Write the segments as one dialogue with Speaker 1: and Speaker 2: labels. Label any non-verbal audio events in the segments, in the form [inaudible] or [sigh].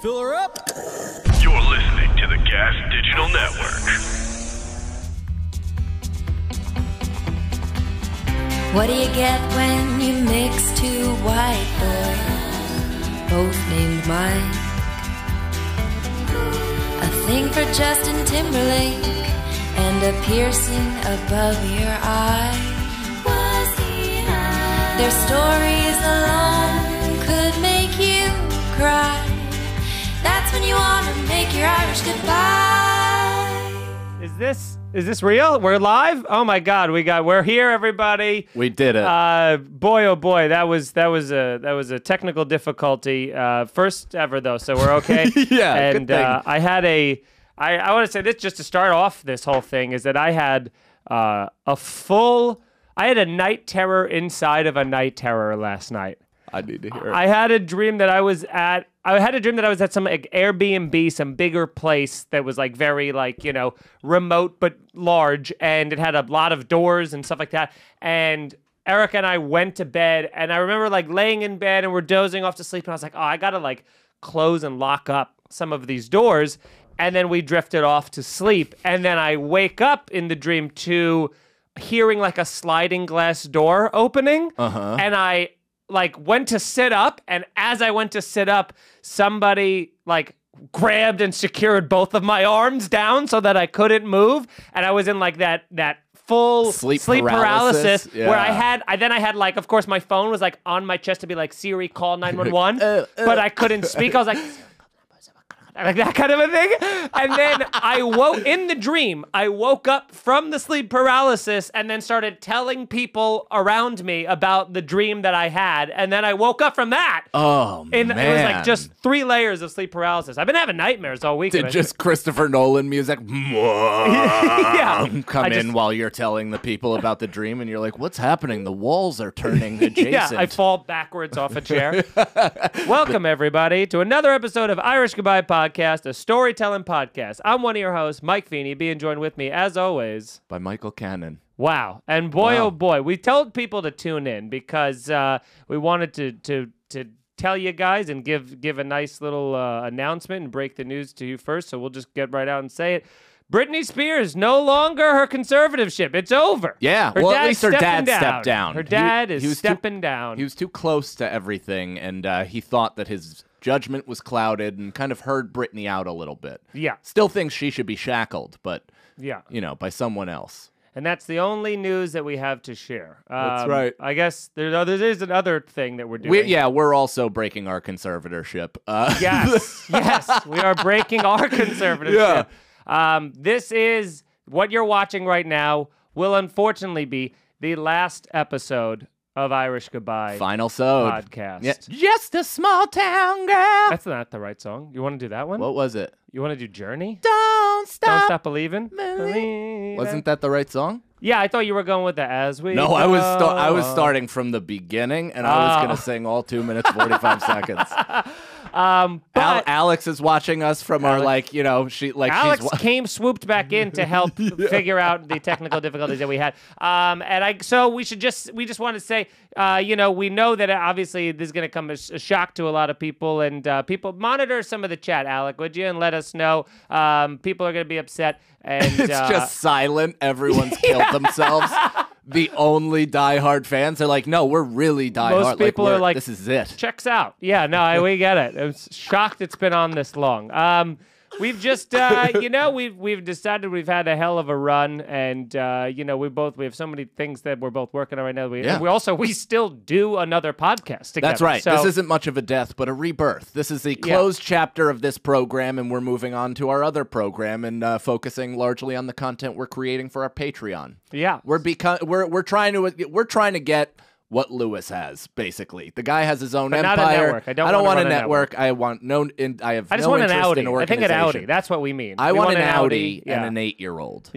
Speaker 1: Fill her up.
Speaker 2: You're listening to the Gas Digital Network.
Speaker 3: What do you get when you mix two white boys, both named Mike? A thing for Justin Timberlake and a piercing above your eye. Was he high? Their stories alone could make you cry. That's when you wanna make your Irish goodbye.
Speaker 4: Is this is this real? We're live? Oh my god, we got we're here everybody.
Speaker 5: We did it.
Speaker 4: Uh boy oh boy, that was that was a that was a technical difficulty. Uh first ever though, so we're okay.
Speaker 5: [laughs] Yeah, good
Speaker 4: And Uh, I had a I I want to say this just to start off this whole thing is that I had uh a full I had a night terror inside of a night terror last night.
Speaker 5: I need to hear it.
Speaker 4: I had a dream that I was at. I had a dream that I was at some like, Airbnb, some bigger place that was like very like you know remote but large, and it had a lot of doors and stuff like that. And Eric and I went to bed, and I remember like laying in bed and we're dozing off to sleep, and I was like, oh, I gotta like close and lock up some of these doors, and then we drifted off to sleep, and then I wake up in the dream to hearing like a sliding glass door opening, uh-huh. and I like went to sit up and as i went to sit up somebody like grabbed and secured both of my arms down so that i couldn't move and i was in like that that full
Speaker 5: Sleep
Speaker 4: paralysis,
Speaker 5: paralysis?
Speaker 4: where i
Speaker 5: Yeah.
Speaker 4: had i then i had like of course my phone was like on my chest to be like
Speaker 5: [laughs]
Speaker 4: siri call 911
Speaker 5: Uh, uh.
Speaker 4: but i couldn't speak i was like like that kind of a thing. And then I woke in the dream. I woke up from the sleep paralysis and then started telling people around me about the dream that I had. And then I woke up from that.
Speaker 5: oh
Speaker 4: and
Speaker 5: man,
Speaker 4: it was like just three layers of sleep paralysis. I've been having nightmares all week. and
Speaker 5: did
Speaker 4: I-
Speaker 5: just Christopher Nolan music.
Speaker 4: [laughs] yeah.
Speaker 5: [laughs] Come
Speaker 4: I
Speaker 5: in
Speaker 4: just-
Speaker 5: while you're telling the people about the dream, and you're like, "What's happening? The walls are turning adjacent."
Speaker 4: [laughs] [laughs] Yeah, I fall backwards off
Speaker 5: [laughs]
Speaker 4: a chair. Welcome, everybody, to another episode of Irish Goodbye Podcast, a storytelling podcast. I'm one of your hosts, Mike Feeney, being joined with me, as always,
Speaker 5: By Michael Cannon.
Speaker 4: Wow. And boy,
Speaker 5: Wow.
Speaker 4: oh boy, we told people to tune in because uh, we wanted to, to, to tell you guys and give, give a nice little uh, announcement and break the news to you first. So we'll just get right out and say it. Britney Spears, no longer her conservatorship. It's over.
Speaker 5: Yeah,
Speaker 4: Her
Speaker 5: well, at
Speaker 4: dad's
Speaker 5: least her
Speaker 4: stepping
Speaker 5: dad stepped down.
Speaker 4: Her
Speaker 5: He-
Speaker 4: dad is
Speaker 5: he was too-
Speaker 4: stepping down.
Speaker 5: He was too close to everything, and uh, he thought that his judgment was clouded, and kind of heard Brittany out a little bit.
Speaker 4: Yeah.
Speaker 5: Still thinks she should be shackled, but
Speaker 4: yeah.
Speaker 5: you know, by someone else.
Speaker 4: And that's the only news that we have to share.
Speaker 5: That's
Speaker 4: Um,
Speaker 5: right.
Speaker 4: I guess there, oh, there is another thing that we're doing.
Speaker 5: We, yeah, we're also breaking our conservatorship. Uh, [laughs]
Speaker 4: Yes, [laughs] yes, we are breaking our conservative. Um, this is what you're watching right now. Will unfortunately be the last episode of Irish Goodbye.
Speaker 5: Final sode.
Speaker 4: Podcast.
Speaker 5: Just a small town girl.
Speaker 4: That's not the right song. You want to do that one?
Speaker 5: What was it?
Speaker 4: You want to do Journey?
Speaker 5: Don't stop.
Speaker 4: Don't stop believing.
Speaker 5: Believing.
Speaker 4: Believing.
Speaker 5: Wasn't that the right song?
Speaker 4: Yeah, I thought you were going with the as we.
Speaker 5: No, I was
Speaker 4: Go
Speaker 5: sta- I was
Speaker 4: on.
Speaker 5: starting from the beginning, and I
Speaker 4: Oh.
Speaker 5: was gonna sing all two minutes forty
Speaker 4: [laughs]
Speaker 5: five seconds.
Speaker 4: Um, but
Speaker 5: Al- Alex is watching us from our
Speaker 4: Alex-
Speaker 5: like you know she like
Speaker 4: Alex [laughs]
Speaker 5: she's wa-
Speaker 4: came swooped back in
Speaker 5: [laughs]
Speaker 4: to help figure out the technical difficulties that we had. Um, and I so we should just we just want to say, uh, you know, we know that obviously this is going to come as a shock to a lot of people, and uh, people monitor some of the chat, Alec, would you, and let us know. Um, people are going to be upset, and
Speaker 5: [laughs] it's
Speaker 4: uh,
Speaker 5: just silent. Everyone's killed themselves. The only diehard fans are like, no, we're really diehard. Like,
Speaker 4: people are
Speaker 5: we're-
Speaker 4: like,
Speaker 5: this is it.
Speaker 4: checks out. Yeah, no, I, we get it. I'm s- shocked it's been on this long. Um, we've just, uh,
Speaker 5: [laughs]
Speaker 4: you know, we've we've decided we've had a hell of a run, and uh, you know, we both we have so many things that we're both working on right now. We,
Speaker 5: Yeah.
Speaker 4: we also we still do another podcast together.
Speaker 5: That's right.
Speaker 4: So,
Speaker 5: this isn't much of a death, but a rebirth. This is the
Speaker 4: Yeah.
Speaker 5: closed chapter of this program, and we're moving on to our other program and uh, focusing largely on the content we're creating for our Patreon.
Speaker 4: yeah.
Speaker 5: We're beco- we're we're trying to we're trying to get what Lewis has basically. The guy has his own
Speaker 4: But not a
Speaker 5: empire.
Speaker 4: network. I don't wanna
Speaker 5: want
Speaker 4: run a
Speaker 5: network. I want no. In, I have.
Speaker 4: I just
Speaker 5: no
Speaker 4: want an
Speaker 5: interest
Speaker 4: Audi.
Speaker 5: In
Speaker 4: I think an
Speaker 5: organization.
Speaker 4: Audi. That's what we mean.
Speaker 5: I
Speaker 4: We
Speaker 5: want, an, Audi,
Speaker 4: Yeah.
Speaker 5: and an
Speaker 4: [laughs]
Speaker 5: eight-year-old.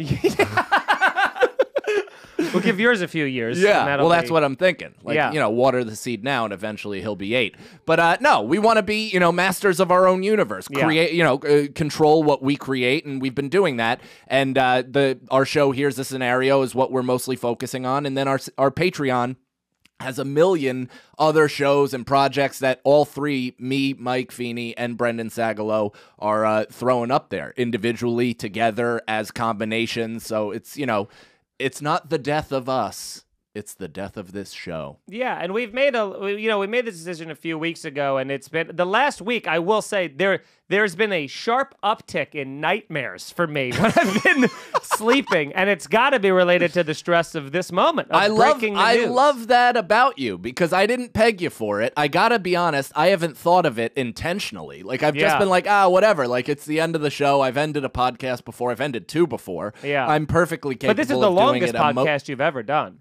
Speaker 4: we'll give yours a few years. and
Speaker 5: Yeah.
Speaker 4: that'll
Speaker 5: Well, that's
Speaker 4: be-
Speaker 5: what I'm thinking. Like,
Speaker 4: Yeah.
Speaker 5: you know, water the seed now and eventually he'll be eight. But uh, no, we want to be, you know, masters of our own universe,
Speaker 4: Yeah.
Speaker 5: create, you know, uh, control what we create. And we've been doing that. And uh, the our show, Here's a Scenario, is what we're mostly focusing on. And then our, our Patreon has a million other shows and projects that all three, me, Mike Feeney, and Brendan Sagalow, are uh, throwing up there individually, together, as combinations. So it's, you know, it's not the death of us, it's the death of this show.
Speaker 4: Yeah, and we've made a we- you know we made this decision a few weeks ago, and it's been the last week. I will say there there's been a sharp uptick in nightmares for me [laughs] when I've been sleeping, and it's got to be related to the stress of this moment. Of
Speaker 5: I love
Speaker 4: breaking the
Speaker 5: I
Speaker 4: news.
Speaker 5: love that about you because I didn't peg you for it. I gotta be honest, I haven't thought of it intentionally. Like I've
Speaker 4: Yeah.
Speaker 5: just been like, ah, whatever. Like it's the end of the show. I've ended a podcast before. I've ended two before.
Speaker 4: Yeah.
Speaker 5: I'm perfectly capable.
Speaker 4: But this is
Speaker 5: of
Speaker 4: the
Speaker 5: doing
Speaker 4: longest
Speaker 5: it emo-
Speaker 4: podcast you've ever done.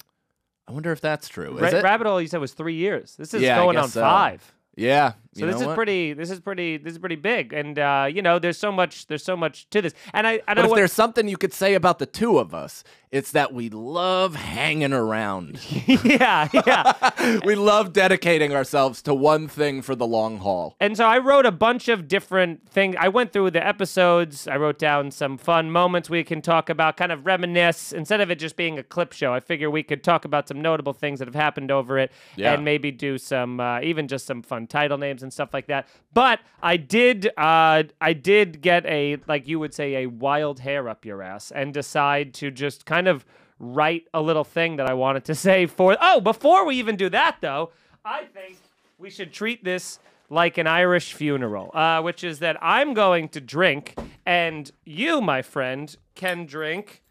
Speaker 5: I wonder if that's true. Is
Speaker 4: Ra-
Speaker 5: it?
Speaker 4: Rabbit hole, you said was three years. This is
Speaker 5: Yeah, I
Speaker 4: going
Speaker 5: guess
Speaker 4: on
Speaker 5: so.
Speaker 4: five.
Speaker 5: yeah. you
Speaker 4: So this
Speaker 5: know
Speaker 4: is
Speaker 5: what?
Speaker 4: pretty. This is pretty. This is pretty big, and uh, you know, there's so much. There's so much to this, and I. I
Speaker 5: But
Speaker 4: know
Speaker 5: if
Speaker 4: what,
Speaker 5: there's something you could say about the two of us, it's that we love hanging
Speaker 4: [laughs]
Speaker 5: around.
Speaker 4: [laughs] yeah, yeah.
Speaker 5: we love dedicating ourselves to one thing for the long haul.
Speaker 4: And so I wrote a bunch of different things. I went through the episodes. I wrote down some fun moments we can talk about, kind of reminisce. Instead of it just being a clip show, I figure we could talk about some notable things that have happened over it
Speaker 5: Yeah.
Speaker 4: and maybe do some, uh, even just some fun title names and stuff like that. But I did, uh, I did get a, like you would say, a wild hair up your ass and decide to just kind of write a little thing that I wanted to [laughs] say for. Oh, before we even do that though, I think we should treat this like an Irish funeral, uh, which is that I'm going to drink, and you, my friend, can drink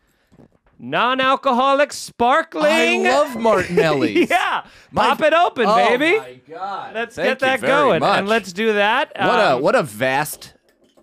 Speaker 4: non-alcoholic
Speaker 5: I
Speaker 4: sparkling.
Speaker 5: love Martinelli's.
Speaker 4: [laughs] yeah,
Speaker 5: My-
Speaker 4: pop it open,
Speaker 5: Oh
Speaker 4: baby.
Speaker 5: my God.
Speaker 4: Let's
Speaker 5: Thank
Speaker 4: get that
Speaker 5: you very
Speaker 4: going,
Speaker 5: much.
Speaker 4: and let's do that.
Speaker 5: What a
Speaker 4: Um,
Speaker 5: what a vast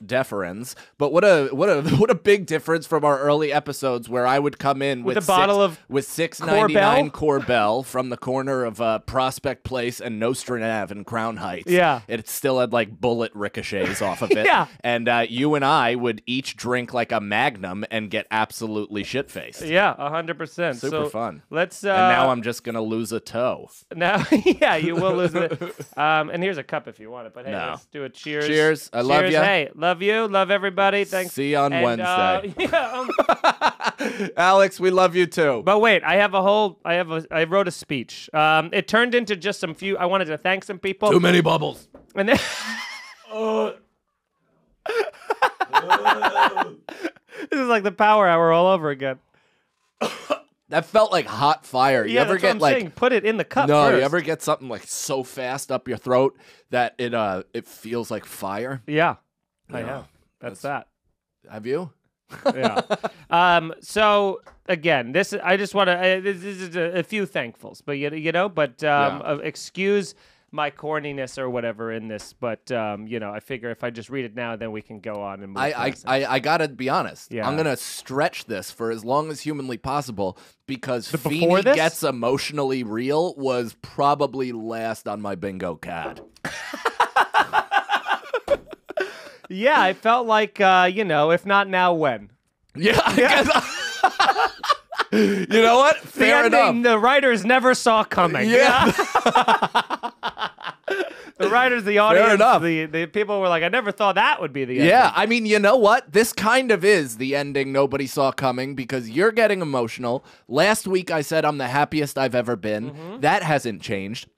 Speaker 5: deference, but what a what a [laughs] what a big difference from our early episodes where I would come in with,
Speaker 4: a bottle
Speaker 5: six,
Speaker 4: of
Speaker 5: with six ninety nine Corbel from the corner of uh, Prospect Place and Nostrand Ave in Crown Heights.
Speaker 4: Yeah.
Speaker 5: it still had like bullet ricochets off
Speaker 4: [laughs]
Speaker 5: of it.
Speaker 4: Yeah.
Speaker 5: and uh, you and I would each drink like a Magnum and get absolutely shit faced.
Speaker 4: yeah, hundred percent.
Speaker 5: Super
Speaker 4: so
Speaker 5: fun.
Speaker 4: Let's. Uh,
Speaker 5: And now I'm just gonna lose a toe.
Speaker 4: [laughs] Now, yeah, you will lose it.
Speaker 5: [laughs]
Speaker 4: Um, and here's a cup if you want it. But hey,
Speaker 5: No.
Speaker 4: let's do a cheers.
Speaker 5: Cheers. I love
Speaker 4: Cheers.
Speaker 5: ya.
Speaker 4: Hey, love you. Love everybody. Thanks.
Speaker 5: See you on
Speaker 4: And, uh,
Speaker 5: Wednesday.
Speaker 4: [laughs] yeah, um,
Speaker 5: Alex, we love you too.
Speaker 4: but wait, I have a whole. I have a. I wrote a speech. Um, it turned into just some few. I wanted to thank some people.
Speaker 5: Too many bubbles.
Speaker 4: And then. Uh. [laughs] this is like the power hour all over again.
Speaker 5: That felt like hot fire. You
Speaker 4: Yeah,
Speaker 5: ever
Speaker 4: that's
Speaker 5: get
Speaker 4: what I'm
Speaker 5: like
Speaker 4: saying. Put it in the cup.
Speaker 5: No,
Speaker 4: first.
Speaker 5: you ever get something like so fast up your throat that it uh it feels like fire?
Speaker 4: Yeah, I
Speaker 5: Yeah,
Speaker 4: know. That's
Speaker 5: [laughs]
Speaker 4: that.
Speaker 5: Have you?
Speaker 4: yeah. Um. So again, this I just want to. This, this is a, a few thankfuls, but you, you know, but um,
Speaker 5: Yeah.
Speaker 4: uh, excuse my corniness or whatever in this, but um, you know, I figure if I just read it now, then we can go on and move.
Speaker 5: I I,
Speaker 4: past it.
Speaker 5: I I gotta be honest.
Speaker 4: Yeah.
Speaker 5: I'm gonna stretch this for as long as humanly possible because
Speaker 4: before
Speaker 5: Feeny
Speaker 4: this?
Speaker 5: gets emotionally real was probably last on my bingo card.
Speaker 4: yeah, I felt like uh, you know, if not now, when.
Speaker 5: [laughs] Yeah, I
Speaker 4: [laughs]
Speaker 5: guess- you know what?
Speaker 4: The
Speaker 5: Fair enough.
Speaker 4: ending the writers never saw coming.
Speaker 5: yeah,
Speaker 4: The writers, the audience,
Speaker 5: enough.
Speaker 4: the the people were like, I never thought that would be the ending.
Speaker 5: yeah. I mean, you know what? This kind of is the ending nobody saw coming because you're getting emotional. Last week I said I'm the happiest I've ever been.
Speaker 4: Mm-hmm.
Speaker 5: That hasn't changed.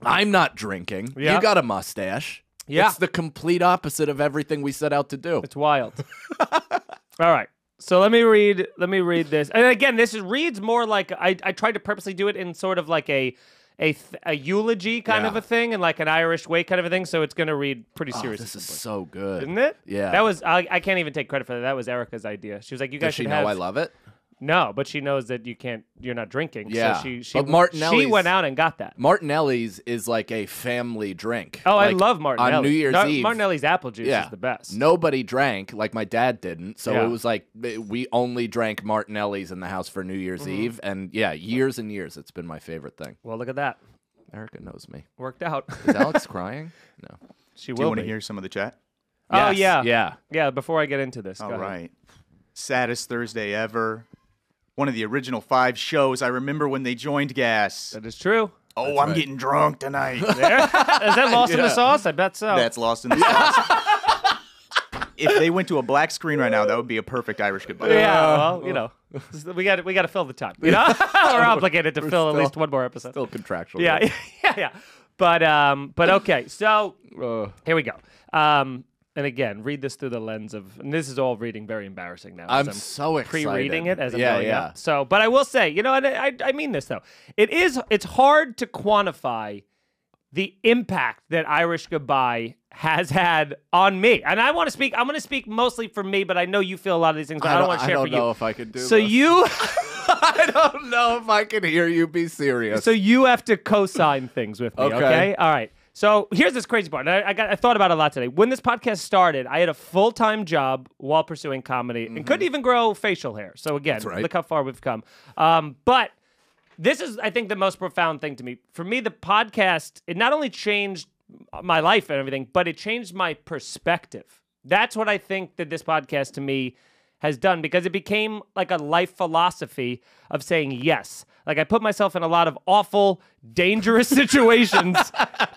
Speaker 5: I'm not drinking.
Speaker 4: Yeah.
Speaker 5: You got a mustache.
Speaker 4: Yeah.
Speaker 5: It's the complete opposite of everything we set out to do.
Speaker 4: It's wild. [laughs] All right. So let me read let me read this. And again, this is, reads more like I, I tried to purposely do it in sort of like a a, th- a eulogy kind of
Speaker 5: Yeah.
Speaker 4: a thing and like an Irish way kind of a thing, so it's going to read pretty
Speaker 5: Oh,
Speaker 4: serious.
Speaker 5: this is so good.
Speaker 4: isn't it?
Speaker 5: Yeah.
Speaker 4: That was I, I can't even take credit for that. That was Erica's idea. She was like, "You guys
Speaker 5: Does she
Speaker 4: should
Speaker 5: know
Speaker 4: have
Speaker 5: I love it?
Speaker 4: no," but she knows that you can't. You're not drinking.
Speaker 5: Yeah.
Speaker 4: So she she
Speaker 5: But Martinelli's-
Speaker 4: she went out and got that.
Speaker 5: Martinelli's is like a family drink.
Speaker 4: Oh, I
Speaker 5: Like,
Speaker 4: love Martinelli.
Speaker 5: On New Year's
Speaker 4: Mar-
Speaker 5: Eve.
Speaker 4: Martinelli's apple juice
Speaker 5: yeah,
Speaker 4: is the best.
Speaker 5: Nobody drank like my dad didn't, so
Speaker 4: Yeah.
Speaker 5: it was like th- we only drank Martinelli's in the house for New Year's
Speaker 4: Mm-hmm.
Speaker 5: Eve, and yeah, years and years, it's been my favorite thing.
Speaker 4: Well, look at that.
Speaker 5: Erica knows me.
Speaker 4: Worked out. [laughs]
Speaker 5: Is Alex crying? No.
Speaker 4: she
Speaker 1: Do you
Speaker 4: will
Speaker 1: want to
Speaker 4: be.
Speaker 1: hear some of the chat?
Speaker 4: Oh
Speaker 5: Yes,
Speaker 4: yeah.
Speaker 5: yeah.
Speaker 4: Yeah, before I get into this. go
Speaker 1: All
Speaker 4: ahead.
Speaker 1: right. Saddest Thursday ever. One of the original five shows. I remember when they joined Gas.
Speaker 4: That is true.
Speaker 1: Oh, I'm getting
Speaker 4: [laughs]
Speaker 1: drunk tonight.
Speaker 4: Is that lost in the
Speaker 1: Yeah.
Speaker 4: sauce? I bet so.
Speaker 1: That's lost in the sauce. if they went to a black screen right now, that would be a perfect Irish goodbye. [laughs]
Speaker 4: Yeah, well, you know, [laughs] we got we got to fill the time. You know, [laughs] we're obligated to fill at
Speaker 5: still-
Speaker 4: least one more episode.
Speaker 5: Still contractual. [laughs]
Speaker 4: yeah, yeah, [laughs] yeah. But um, but okay. So
Speaker 5: Uh,
Speaker 4: here we go. Um, and again, read this through the lens of, and this is all reading very embarrassing now. as
Speaker 5: I'm so excited.
Speaker 4: Pre-reading it as I'm
Speaker 5: Yeah,
Speaker 4: going
Speaker 5: yeah.
Speaker 4: up. So, but I will say, you know, and I, I mean this though, it is it's hard to quantify the impact that Irish Goodbye has had on me. And I want to speak. I'm going to speak mostly for me, but I know you feel a lot of these things. But I don't, want to share
Speaker 5: I don't
Speaker 4: for
Speaker 5: know
Speaker 4: you.
Speaker 5: if I could do
Speaker 4: so
Speaker 5: this.
Speaker 4: you,
Speaker 5: [laughs] I don't know if I can hear you be serious.
Speaker 4: so you have to co-sign things with me. Okay.
Speaker 5: Okay.
Speaker 4: All right. So here's this crazy part. and I, I got I thought about it a lot today. When this podcast started, I had a full time job while pursuing comedy and couldn't even grow facial hair. So again,
Speaker 5: right.
Speaker 4: look how far we've come. Um, but this is I think the most profound thing to me. For me, the podcast it not only changed my life and everything, but it changed my perspective. That's what I think that this podcast to me has done because it became like a life philosophy of saying yes. Like I put myself in a lot of awful, dangerous situations,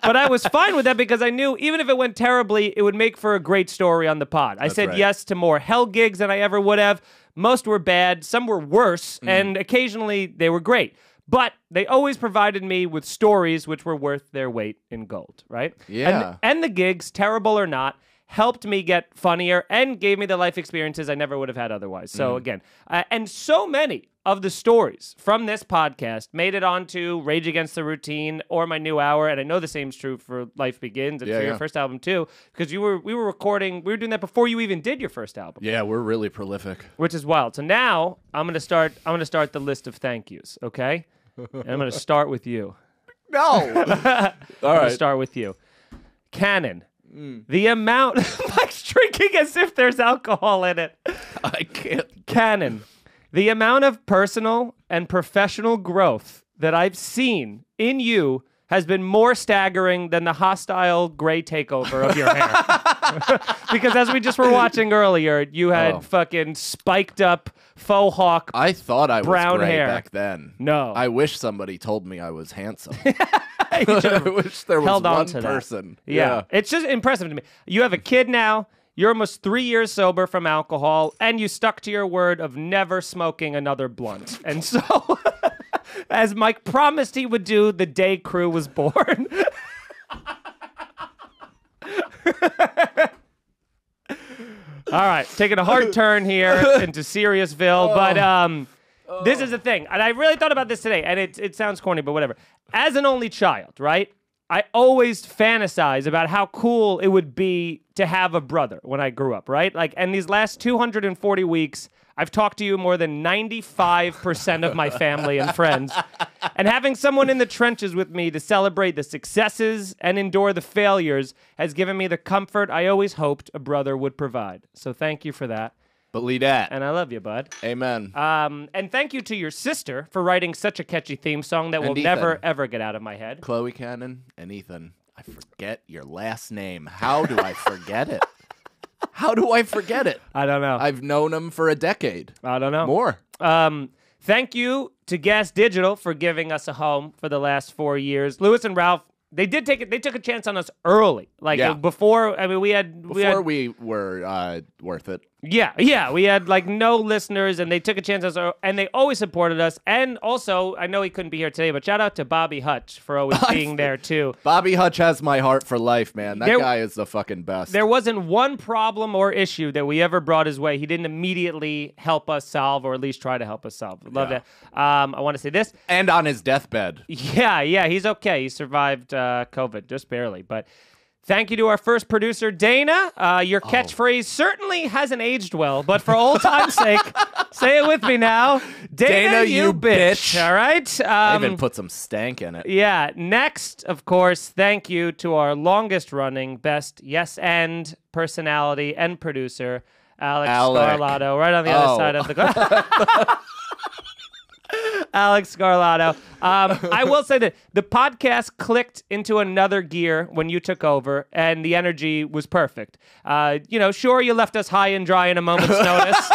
Speaker 4: but I was fine with that because I knew even if it went terribly, it would make for a great story on the pod. I said
Speaker 5: right.
Speaker 4: yes to more hell gigs than I ever would have. Most were bad, some were worse,
Speaker 5: Mm.
Speaker 4: and occasionally they were great. But they always provided me with stories which were worth their weight in gold, right?
Speaker 5: Yeah.
Speaker 4: And, and the gigs, terrible or not, helped me get funnier and gave me the life experiences I never would have had otherwise.
Speaker 5: Mm.
Speaker 4: So, again, uh, and so many of the stories from this podcast made it onto Rage Against the Routine or my new hour. And I know the same's true for Life Begins and
Speaker 5: Yeah,
Speaker 4: for your
Speaker 5: yeah.
Speaker 4: first album, too, because you were we were recording, we were doing that before you even did your first album
Speaker 5: yeah, we're really prolific.
Speaker 4: which is wild. So now I'm gonna start. I'm gonna start the list of thank yous. Okay, and I'm gonna start with you. [laughs]
Speaker 5: No. All
Speaker 4: I'm gonna
Speaker 5: right.
Speaker 4: start with you, Cannon.
Speaker 5: Mm.
Speaker 4: The amount [laughs] Mike's drinking as if there's alcohol in it.
Speaker 5: [laughs] I can't.
Speaker 4: Cannon. The amount of personal and professional growth that I've seen in you has been more staggering than the hostile gray takeover of your hair. [laughs] because as we just were watching earlier, you had
Speaker 5: Oh.
Speaker 4: fucking spiked up faux hawk
Speaker 5: I thought I was
Speaker 4: Brown
Speaker 5: gray
Speaker 4: hair.
Speaker 5: back then.
Speaker 4: No.
Speaker 5: I wish somebody told me I was
Speaker 4: [laughs]
Speaker 5: handsome. [laughs] [laughs] I wish there was
Speaker 4: held on
Speaker 5: one
Speaker 4: to that.
Speaker 5: person.
Speaker 4: Yeah. It's just impressive to me. You have a kid now. You're almost three years sober from alcohol, and you stuck to your word of never smoking another blunt. And so, [laughs] as Mike promised he would do the day crew was born. [laughs] All right, taking
Speaker 5: [laughs]
Speaker 4: a hard turn here into Seriousville, but
Speaker 5: Oh.
Speaker 4: um, this is the thing, and I really thought about this today, and it it sounds corny, but whatever. As an only child, right? I always fantasize about how cool it would be to have a brother when I grew up, right? Like, and these last 240 weeks, I've talked to you more than 95% of my family and friends. And having someone in the trenches with me to celebrate the successes and endure the failures has given me the comfort I always hoped a brother would provide. So thank you for that.
Speaker 5: Believe that.
Speaker 4: And I love you, bud.
Speaker 5: Amen.
Speaker 4: Um, and thank you to your sister for writing such a catchy theme song that will
Speaker 5: Ethan.
Speaker 4: never ever get out of my head.
Speaker 5: Chloe Cannon and Ethan. I forget your last name. How do I forget it? How do I forget it?
Speaker 4: I don't know. I,
Speaker 5: I've known him for a decade.
Speaker 4: don't know.
Speaker 5: More.
Speaker 4: Um, thank you to Gas Digital for giving us a home for the last four years. Lewis and Ralph, they did take it. They took a chance on us early, like
Speaker 5: Yeah.
Speaker 4: before. I mean, we had we had
Speaker 5: Before we were uh, worth it.
Speaker 4: Yeah, yeah, we had like no listeners, and they took a chance on us, uh, and they always supported us. And also, I know he couldn't be here today, but shout out to Bobby Hutch for
Speaker 5: [laughs]
Speaker 4: always being there too.
Speaker 5: Bobby Hutch has my heart for life, man. That
Speaker 4: There-
Speaker 5: guy is the fucking best.
Speaker 4: There wasn't one problem or issue that we ever brought his way. He didn't immediately help us solve, or at least try to help us solve. Love
Speaker 5: Yeah.
Speaker 4: that. Um, I want to say this.
Speaker 5: and on his deathbed.
Speaker 4: Yeah, yeah, he's okay. He survived uh, COVID just barely, but. Thank you to our first producer, Dana. Uh, your
Speaker 5: Oh.
Speaker 4: catchphrase certainly hasn't aged well, but for old time's
Speaker 5: [laughs]
Speaker 4: sake, say it with me now. Dana,
Speaker 5: Dana,
Speaker 4: you,
Speaker 5: you
Speaker 4: bitch.
Speaker 5: bitch.
Speaker 4: All right?
Speaker 5: I
Speaker 4: Um,
Speaker 5: even put some stank in it.
Speaker 4: yeah. Next, of course, thank you to our longest running, best yes and personality and producer, Alex
Speaker 5: Alec.
Speaker 4: Scarlato, right on the other
Speaker 5: Oh.
Speaker 4: side of the. [laughs] Alex Scarlato. Um, I will say that the podcast clicked into another gear when you took over, and the energy was perfect. Uh, you know, sure, you left us high and dry in
Speaker 5: [laughs]
Speaker 4: a moment's notice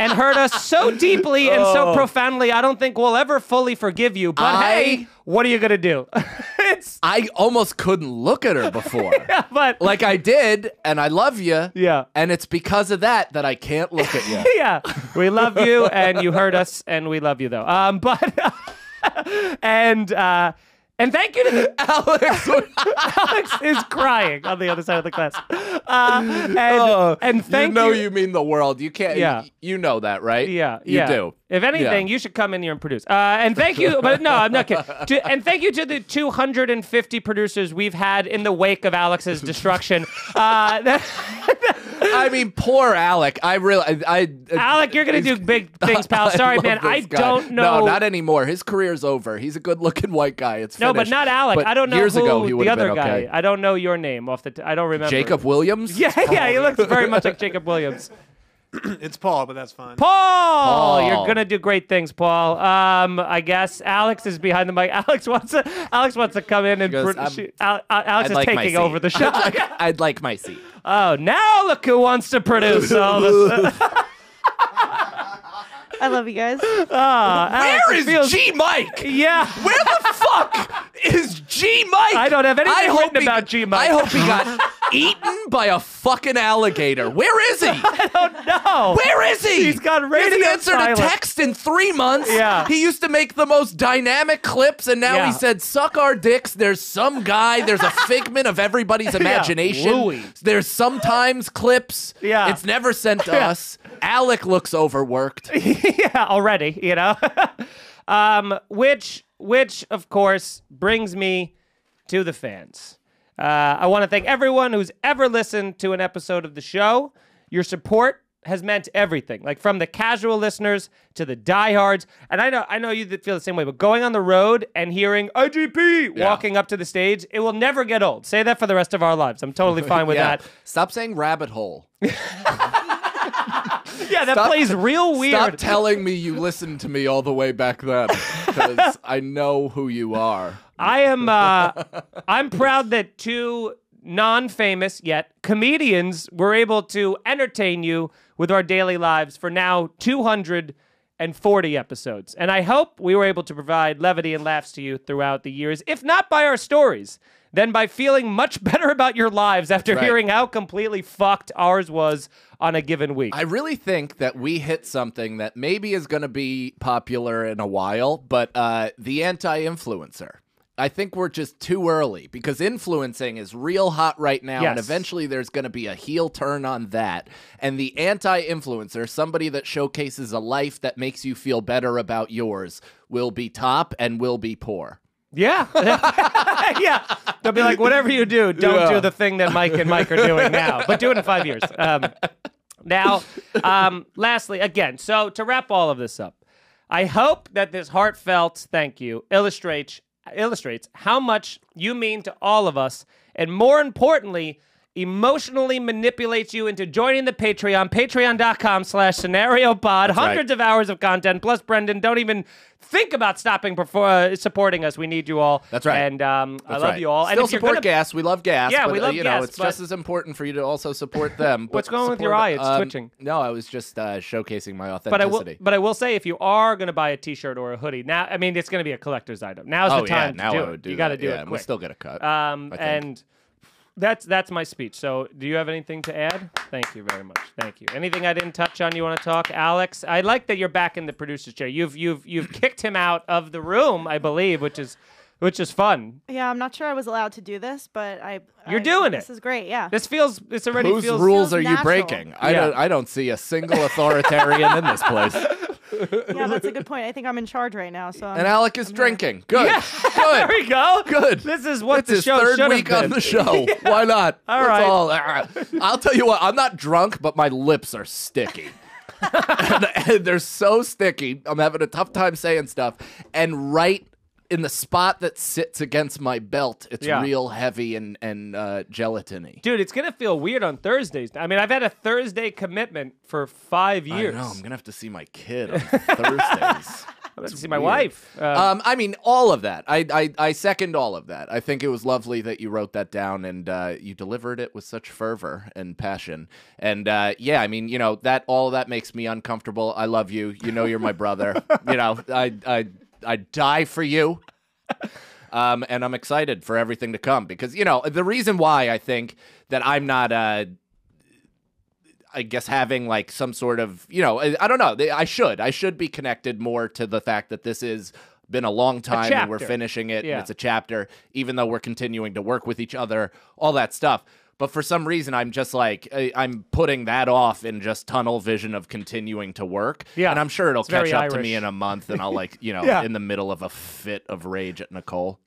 Speaker 4: and hurt us so deeply and so profoundly. I don't think we'll ever fully forgive you. But
Speaker 5: Oh. I-
Speaker 4: hey, what are you gonna do? [laughs] it's
Speaker 5: I almost couldn't look at her
Speaker 4: [laughs]
Speaker 5: before.
Speaker 4: but
Speaker 5: Like I did, and I love you.
Speaker 4: Yeah.
Speaker 5: And it's because of that that I can't look at
Speaker 4: [laughs]
Speaker 5: you.
Speaker 4: yeah, we love you, and you heard us, and we love you though. Um, but [laughs] and uh, and thank you to the,
Speaker 5: [laughs] Alex,
Speaker 4: Alex is crying on the other side of the class. Uh, and and thank
Speaker 5: Oh, you know you mean the world. You can't.
Speaker 4: Yeah.
Speaker 5: y- You know that, right?
Speaker 4: Yeah,
Speaker 5: You
Speaker 4: yeah.
Speaker 5: do.
Speaker 4: If anything,
Speaker 5: Yeah.
Speaker 4: you should come in here and produce. Uh, and
Speaker 5: [laughs]
Speaker 4: thank you, but no, I'm not kidding. To, and thank you to the 250 producers we've had in the wake of Alex's destruction. Uh, [laughs] that-
Speaker 5: I mean, poor Alec. I really. I, uh, I
Speaker 4: Alec, you're gonna
Speaker 5: [laughs]
Speaker 4: do big things, pal. Sorry,
Speaker 5: love
Speaker 4: man. I
Speaker 5: this guy.
Speaker 4: don't know.
Speaker 5: No, not anymore. His career's over. He's a good-looking white guy. It's
Speaker 4: No, but
Speaker 5: finished.
Speaker 4: not Alec.
Speaker 5: But
Speaker 4: I don't know
Speaker 5: Years
Speaker 4: who
Speaker 5: ago, he would
Speaker 4: the
Speaker 5: have
Speaker 4: other
Speaker 5: been
Speaker 4: guy.
Speaker 5: okay.
Speaker 4: I don't know your name off the. T- I don't remember.
Speaker 5: Jacob Williams.
Speaker 4: [laughs] Yeah, yeah. He looks very much like
Speaker 5: [clears throat]
Speaker 4: Jacob Williams.
Speaker 6: It's Paul, but that's fine.
Speaker 4: Paul, you're
Speaker 5: Paul.
Speaker 4: gonna do great things, Paul. Um, I guess Alex is behind the mic. [laughs] Alex wants to. Alex wants to come in and.
Speaker 5: goes,
Speaker 4: pr-
Speaker 5: "I'm-
Speaker 4: she- Al- Al- Alex
Speaker 5: I'd
Speaker 4: is
Speaker 5: like my
Speaker 4: taking
Speaker 5: seat. [laughs]
Speaker 4: over the show.
Speaker 5: I'd like my seat.
Speaker 4: oh, now look who wants to produce
Speaker 5: [laughs]
Speaker 4: all this.
Speaker 7: I love
Speaker 4: [laughs]
Speaker 7: you guys.
Speaker 4: Alex,
Speaker 5: Where
Speaker 4: it
Speaker 5: is
Speaker 4: feels-
Speaker 5: G Mike?
Speaker 4: Yeah.
Speaker 5: Where the fuck is G Mike?
Speaker 4: I don't have anything
Speaker 5: I hope
Speaker 4: written
Speaker 5: he-
Speaker 4: about G. Mike.
Speaker 5: I hope he got eaten by a fucking alligator. Where
Speaker 4: [laughs]
Speaker 5: is he?
Speaker 4: No.
Speaker 5: Where is he?
Speaker 4: He's gone radio
Speaker 5: He hasn't answered
Speaker 4: silent.
Speaker 5: a text in three months.
Speaker 4: Yeah.
Speaker 5: He used to make the most dynamic clips, and now
Speaker 4: Yeah.
Speaker 5: he said, "Suck our dicks." There's some guy. There's
Speaker 4: [laughs]
Speaker 5: a figment of everybody's imagination.
Speaker 4: Louis.
Speaker 5: There's sometimes clips.
Speaker 4: Yeah.
Speaker 5: It's never sent to us. Alec looks overworked.
Speaker 4: [laughs] yeah, already, you know. [laughs] um, which, which, of course, brings me to the fans. Uh, I want to thank everyone who's ever listened to an episode of the show. Your support has meant everything, like from the casual listeners to the diehards. And I know, I know you that feel the same way. But going on the road and hearing IGP walking up to the stage, it will never get old. Say that for the rest of our lives. I'm totally fine [laughs] with
Speaker 5: Yeah.
Speaker 4: that.
Speaker 5: Stop saying rabbit hole.
Speaker 4: Yeah, that
Speaker 5: Stop-
Speaker 4: plays real weird.
Speaker 5: Stop telling me you listened to me all the way back then, because I know who you are.
Speaker 4: I am uh I'm proud that two non-famous yet comedians were able to entertain you with our daily lives for now 240 episodes. And I hope we were able to provide levity and laughs to you throughout the years, if not by our stories, then by feeling much [laughs] better about your lives after
Speaker 5: right.
Speaker 4: hearing how completely fucked ours was on a given week.
Speaker 5: I really think that we hit something that maybe is going to be popular in a while, but uh, the anti influencer. I think we're just too early because influencing is real hot right now, and
Speaker 4: Yes.
Speaker 5: eventually there's going to be a heel turn on that. And the anti influencer, somebody that showcases a life that makes you feel better about yours, will be top and will be poor.
Speaker 4: Yeah. [laughs] yeah. They'll be like, whatever you do, don't do the thing that Mike and Mike are doing now, but do it in five years. Um, now, um, lastly, again, so to wrap all of this up, I hope that this heartfelt thank you illustrates illustrates how much you mean to all of us, and more importantly, emotionally manipulates you into joining the Patreon, patreon.com slash scenario pod. Hundreds of hours of content, plus Brendan, don't even think about stopping before uh, supporting us. We need you all.
Speaker 5: That's right.
Speaker 4: And um, I
Speaker 5: That's
Speaker 4: love
Speaker 5: right.
Speaker 4: you all.
Speaker 5: Still
Speaker 4: and if you're
Speaker 5: support
Speaker 4: gonna-
Speaker 5: gas. We love gas.
Speaker 4: Yeah,
Speaker 5: but,
Speaker 4: we
Speaker 5: uh,
Speaker 4: love
Speaker 5: you
Speaker 4: gas,
Speaker 5: Know, it's
Speaker 4: but-
Speaker 5: just as important for you to also support them. but
Speaker 4: What's going on with your
Speaker 5: support-
Speaker 4: eye? It's twitching.
Speaker 5: No, I was just uh, showcasing my authenticity.
Speaker 4: But I, will, but I will say, if you are going to buy a T-shirt or a hoodie, now I mean it's going to be a collector's item. Now's
Speaker 5: oh
Speaker 4: the time
Speaker 5: yeah, now
Speaker 4: to do
Speaker 5: I would
Speaker 4: it.
Speaker 5: do.
Speaker 4: you got to
Speaker 5: that.
Speaker 4: do
Speaker 5: yeah,
Speaker 4: it.
Speaker 5: and we
Speaker 4: quick.
Speaker 5: still get a cut.
Speaker 4: Um,
Speaker 5: I think.
Speaker 4: and that's that's my speech. So, do you have anything to add? Thank you very much. Thank you. Anything I didn't touch on you want to talk, Alex? I like that you're back in the producer's chair. You've
Speaker 5: [clears throat]
Speaker 4: you've you've kicked him out of the room, I believe, which is which is fun.
Speaker 7: Yeah, I'm not sure I was allowed to do this, but I.
Speaker 4: You're
Speaker 7: I-
Speaker 4: doing it.
Speaker 7: This is great. Yeah.
Speaker 4: This feels this already
Speaker 5: whose
Speaker 4: feels
Speaker 5: rules are you
Speaker 7: natural.
Speaker 5: breaking? I
Speaker 4: Yeah.
Speaker 5: don't. I don't see a single authoritarian in this
Speaker 4: [laughs]
Speaker 5: place.
Speaker 7: yeah, that's a good point. I think I'm in charge right now, so. I'm,
Speaker 5: And Alec is drinking. Good. Good.
Speaker 4: [laughs] [laughs] There we go.
Speaker 5: Good.
Speaker 4: This is what
Speaker 5: It's
Speaker 4: the
Speaker 5: his
Speaker 4: show
Speaker 5: third
Speaker 4: should
Speaker 5: week
Speaker 4: have
Speaker 5: on
Speaker 4: been.
Speaker 5: the
Speaker 4: [laughs]
Speaker 5: show. Why not?
Speaker 4: All
Speaker 5: That's
Speaker 4: right.
Speaker 5: Ah. I'll tell you what. I'm not drunk, but my lips are
Speaker 4: [laughs]
Speaker 5: sticky. and, and they're so sticky. I'm having a tough time saying stuff. And right in the spot that sits against my belt, it's
Speaker 4: Yeah.
Speaker 5: real heavy and and uh, gelatiny.
Speaker 4: Dude, it's gonna feel weird on Thursdays. I mean, I've had a Thursday commitment for five
Speaker 5: I
Speaker 4: years.
Speaker 5: know. I'm gonna have to see my kid on
Speaker 4: [laughs]
Speaker 5: Thursdays.
Speaker 4: I'm gonna see my wife. Uh, [laughs]
Speaker 5: Um, I mean, all of that. I, I I second all of that. I think it was lovely that you wrote that down and uh, you delivered it with such fervor and passion. And uh, yeah, I mean, you know that all of that makes me uncomfortable. I love
Speaker 4: [laughs]
Speaker 5: you. You know, you're my brother. you know, I I I die for you. Um, and I'm excited for everything to come because, you know, the reason why I think that I'm not, uh, I guess having like some sort of, you know, I, I don't know. They- I should. I should be connected more to the fact that this is been a long time and we're
Speaker 4: chapter.
Speaker 5: finishing it and
Speaker 4: Yeah.
Speaker 5: it's a chapter even though we're continuing to work with each other, all that stuff. But for some reason I'm just like I, I'm putting that off in just tunnel vision of continuing to work.
Speaker 4: Yeah.
Speaker 5: And I'm sure it'll
Speaker 4: It's
Speaker 5: catch
Speaker 4: very
Speaker 5: up to me
Speaker 4: Irish.
Speaker 5: in a month and I'll like,
Speaker 4: [laughs]
Speaker 5: you know,
Speaker 4: Yeah.
Speaker 5: in the middle of a fit of rage at Nicole.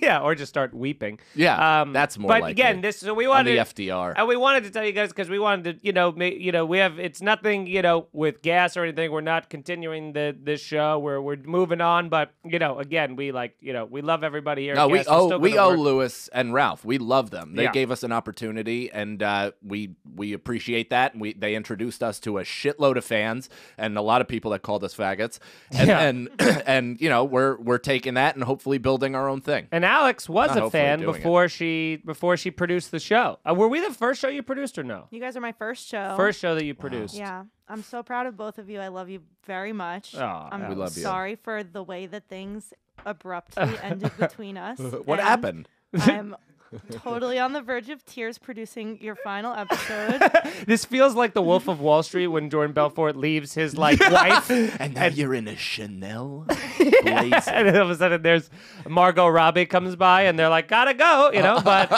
Speaker 4: yeah, or just start weeping. Um,
Speaker 5: Yeah, that's more
Speaker 4: But
Speaker 5: likely.
Speaker 4: again, this so we
Speaker 5: On
Speaker 4: wanted
Speaker 5: the FDR.
Speaker 4: and we wanted to tell you guys because we wanted to, you know, ma- you know, we have it's nothing, you know, with gas or anything. We're not continuing the this show. We're we're moving on, but you know, again, we like, you know, we love everybody here.
Speaker 5: No,
Speaker 4: at
Speaker 5: Oh, we
Speaker 4: Gas. We're
Speaker 5: owe
Speaker 4: still
Speaker 5: we
Speaker 4: gonna
Speaker 5: owe
Speaker 4: work.
Speaker 5: Lewis and Ralph. We love them. They
Speaker 4: Yeah.
Speaker 5: gave us an opportunity, and uh, we we appreciate that. And we they introduced us to a shitload of fans and a lot of people that called us faggots. And
Speaker 4: Yeah.
Speaker 5: and, [clears throat] and you know we're we're taking that and hopefully building our own thing.
Speaker 4: And Alex was
Speaker 5: Not
Speaker 4: a
Speaker 5: hopefully
Speaker 4: fan
Speaker 5: doing it.
Speaker 4: before she before she produced the show. Uh, were we the first show you produced or no?
Speaker 7: You guys are my first show.
Speaker 4: First show that you produced.
Speaker 7: Yeah. I'm so proud of both of you. I love you very much.
Speaker 4: Aw,
Speaker 7: I'm
Speaker 5: We love you.
Speaker 7: sorry for the way that things abruptly ended
Speaker 4: [laughs]
Speaker 7: between us.
Speaker 5: What
Speaker 7: and
Speaker 5: happened?
Speaker 7: I'm totally on the verge of tears producing your
Speaker 4: [laughs]
Speaker 7: final episode.
Speaker 4: This feels like the Wolf of Wall Street when Jordan Belfort leaves his like wife
Speaker 5: And now you're in a
Speaker 4: [laughs]
Speaker 5: Chanel blazer.
Speaker 4: and then all of a sudden there's Margot Robbie comes by and they're like, gotta go, you know,
Speaker 5: [laughs]
Speaker 4: but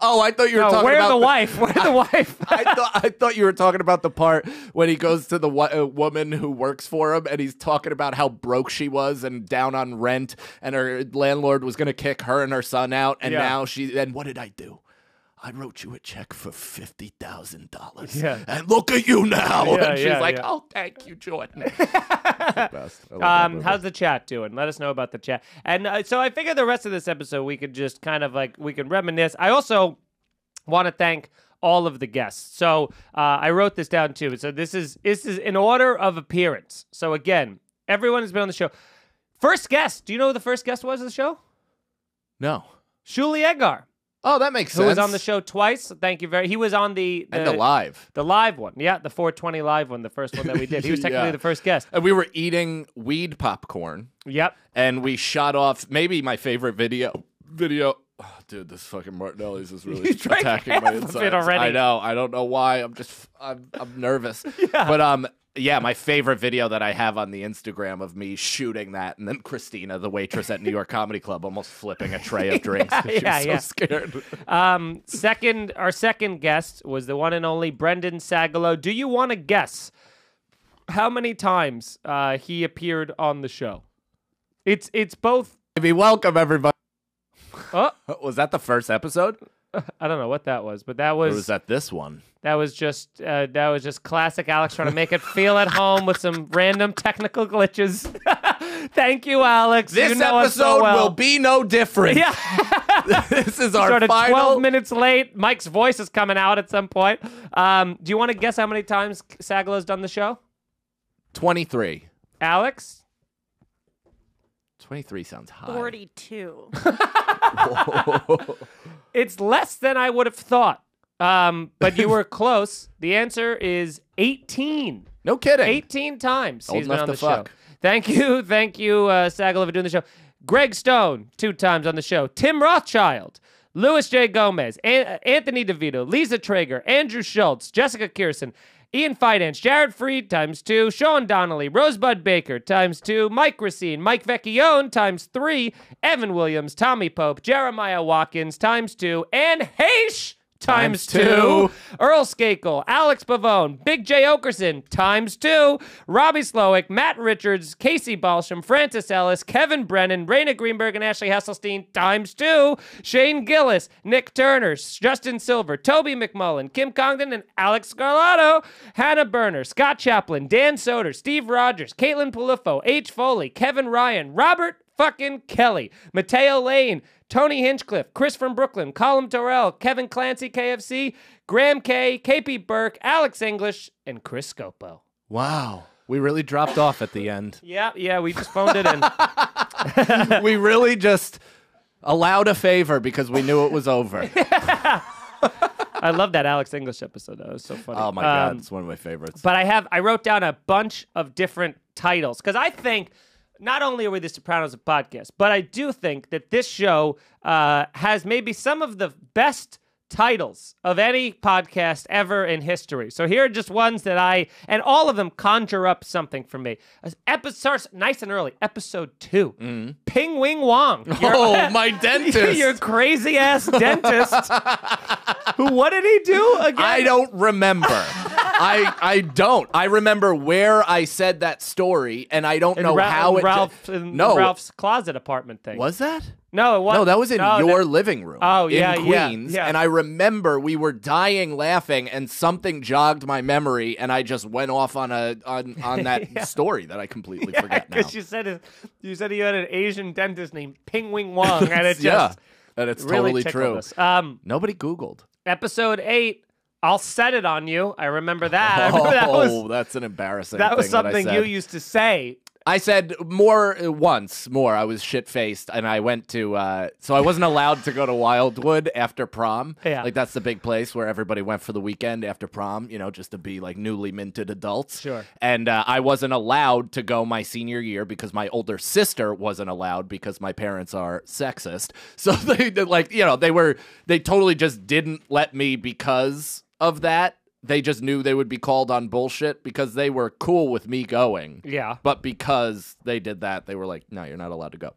Speaker 5: oh, I thought you were
Speaker 4: no,
Speaker 5: talking
Speaker 4: where
Speaker 5: about
Speaker 4: the wife?
Speaker 5: [laughs]
Speaker 4: Where the wife?
Speaker 5: I thought I thought you were talking about the part when he goes to the wo- uh, woman who works for him, and he's talking about how broke she was and down on rent, and her landlord was going to kick her and her son out, and
Speaker 4: Yeah.
Speaker 5: now she. And what did I do? I wrote you a check for fifty thousand dollars,
Speaker 4: Yeah.
Speaker 5: and look at you now.
Speaker 4: Yeah,
Speaker 5: and she's
Speaker 4: yeah,
Speaker 5: like,
Speaker 4: yeah.
Speaker 5: "Oh, thank you, Jordan."
Speaker 4: Um, how's the chat doing? Let us know about the chat. And uh, so I figure the rest of this episode we could just kind of like we could reminisce. I also want to thank all of the guests. So uh, I wrote this down too. So this is this is in order of appearance. So again, everyone has been on the show. First guest. Do you know who the first guest was of the show?
Speaker 5: no.
Speaker 4: Shuli Egar,
Speaker 5: Oh, that makes
Speaker 4: who
Speaker 5: sense.
Speaker 4: was on the show Uh, twice. Thank you very. He was on the the,
Speaker 5: and alive.
Speaker 4: the live one. Yeah, the 420 live one, the first one that we
Speaker 5: [laughs]
Speaker 4: did. He was technically
Speaker 5: Yeah.
Speaker 4: the first guest.
Speaker 5: And we were eating weed popcorn.
Speaker 4: Yep.
Speaker 5: and we shot off maybe my favorite video video oh, dude this fucking martinelli's is really
Speaker 4: [laughs] You drank
Speaker 5: attacking
Speaker 4: half
Speaker 5: my
Speaker 4: of it
Speaker 5: insides
Speaker 4: already.
Speaker 5: i know i don't know why i'm just i'm, I'm nervous
Speaker 4: [laughs]
Speaker 5: but um yeah my favorite video that i have on the instagram of me shooting that and then christina the waitress at new york comedy club almost flipping a tray of drinks [laughs] 'cause she
Speaker 4: [laughs] yeah,
Speaker 5: was
Speaker 4: yeah.
Speaker 5: so scared
Speaker 4: Um, second, our second guest was the one and only Brendan Sagalow. Do you want to guess how many times uh, he appeared on the show? It's it's both.
Speaker 5: be welcome everybody
Speaker 4: Oh,
Speaker 5: [laughs] was that the first episode
Speaker 4: I don't know what that was, but that
Speaker 5: or
Speaker 4: was,
Speaker 5: was that this one
Speaker 4: that was just uh, that was just classic Alex trying to make it feel at home with some random technical glitches. [laughs] Thank you, Alex. You
Speaker 5: this
Speaker 4: know us so
Speaker 5: episode
Speaker 4: well.
Speaker 5: will be no different
Speaker 4: Yeah.
Speaker 5: [laughs] this is
Speaker 4: [laughs]
Speaker 5: our
Speaker 4: started
Speaker 5: final
Speaker 4: 12 minutes late. Mike's voice is coming out at some point. Um, do you want to guess how many times Sagalow's done the show?
Speaker 5: 23
Speaker 4: Alex?
Speaker 5: 23 sounds high
Speaker 7: 42.
Speaker 4: It's less than I would have thought. Um, but
Speaker 5: [laughs]
Speaker 4: you were close. The answer is 18.
Speaker 5: No kidding.
Speaker 4: 18 times
Speaker 5: Old
Speaker 4: he's been
Speaker 5: enough
Speaker 4: on
Speaker 5: to
Speaker 4: the
Speaker 5: fuck.
Speaker 4: show. Thank you. [laughs] Thank you, uh, Sagalow, for doing the show. Greg Stone, two times on the show. Tim Rothschild, Louis J. Gomez, An- Anthony DeVito, Lisa Traeger, Andrew Schultz, Jessica Kearson, Ian Fidance, Jared Freed, times two, Sean Donnelly, Rosebud Baker, times two, Mike Racine, Mike Vecchione, times three, Evan Williams, Tommy Pope, Jeremiah Watkins, times two, and Haish,
Speaker 5: Times
Speaker 4: times, two.
Speaker 5: two.
Speaker 4: Earl Skakel, Alex Pavone, Big J. Okerson, times two, Robbie Slowick, Matt Richards, Casey Balsham, Francis Ellis, Kevin Brennan, Raina Greenberg, and Ashley Hasselstein, times two, Shane Gillis, Nick Turner, Justin Silver, Toby McMullen, Kim Congdon, and Alex Scarlato, Hannah Berner, Scott Chaplin, Dan Soder, Steve Rogers, Caitlin Polifo, H. Foley, Kevin Ryan, Robert fucking Kelly, Mateo Lane, Tony Hinchcliffe, Chris from Brooklyn, Colin Torrell, Kevin Clancy KFC, Graham K, KP Burke, Alex English, and Chris Scopo.
Speaker 5: Wow. We really dropped off at the
Speaker 4: [laughs]
Speaker 5: end.
Speaker 4: Yeah, yeah, we just phoned [laughs] it in.
Speaker 5: we really just allowed a favor because we knew it was
Speaker 4: [laughs]
Speaker 5: over.
Speaker 4: I love that Alex English episode. That was so funny.
Speaker 5: Oh my
Speaker 4: Um, [laughs]
Speaker 5: god, it's one of my favorites.
Speaker 4: But I have I wrote down a bunch of different titles because I think not only are we the Sopranos of podcast, but I do think that this show uh, has maybe some of the best titles of any podcast ever in history. So here are just ones that I and all of them conjure up something for me. Episode nice and early, episode 2 Ping Wing Wong. Your-
Speaker 5: Mm-hmm. [laughs]
Speaker 4: [laughs]
Speaker 5: Oh, my dentist.
Speaker 4: Your crazy
Speaker 5: [laughs]
Speaker 4: ass dentist. Who? What did he do again?
Speaker 5: I don't
Speaker 4: [laughs]
Speaker 5: remember. I I don't. I remember where I said that story, and I don't
Speaker 4: In
Speaker 5: know
Speaker 4: Ra-
Speaker 5: how it.
Speaker 4: Ralph, in
Speaker 5: no,
Speaker 4: Ralph's closet apartment thing.
Speaker 5: was that?
Speaker 4: no, it was
Speaker 5: No, that was in your
Speaker 4: [laughs] that-
Speaker 5: living room.
Speaker 4: Oh, yeah,
Speaker 5: in
Speaker 4: yeah,
Speaker 5: Queens.
Speaker 4: yeah.
Speaker 5: And I remember we were dying laughing, and something jogged my memory, and I just went off on a on
Speaker 4: [laughs]
Speaker 5: on that story that I completely forget now.
Speaker 4: Because you said it, you said you had an Asian dentist named Ping Wing Wong, and it
Speaker 5: [laughs]
Speaker 4: just
Speaker 5: yeah, and it's
Speaker 4: really
Speaker 5: totally
Speaker 4: tickled
Speaker 5: true.
Speaker 4: us. Um,
Speaker 5: Nobody Googled.
Speaker 4: episode eight, I'll set it on you. I remember that. [laughs] I remember [laughs] that
Speaker 5: oh,
Speaker 4: was
Speaker 5: that's an embarrassing.
Speaker 4: that was
Speaker 5: thing that I
Speaker 4: something you
Speaker 5: said.
Speaker 4: used to say.
Speaker 5: I said more uh, once more. I was shit faced, and I went to uh, so I wasn't allowed to go to Wildwood after prom.
Speaker 4: Yeah.
Speaker 5: like that's the big place where everybody went for the weekend after prom. You know, just to be like newly minted adults.
Speaker 4: Sure.
Speaker 5: And uh, I wasn't allowed to go my senior year because my older sister wasn't allowed because my parents are sexist. [laughs] So they they, like you know they were they totally just didn't let me because of that. They just knew they would be called on bullshit because they were cool with me going.
Speaker 4: Yeah.
Speaker 5: But because they did that, they were like, no, you're not allowed to go.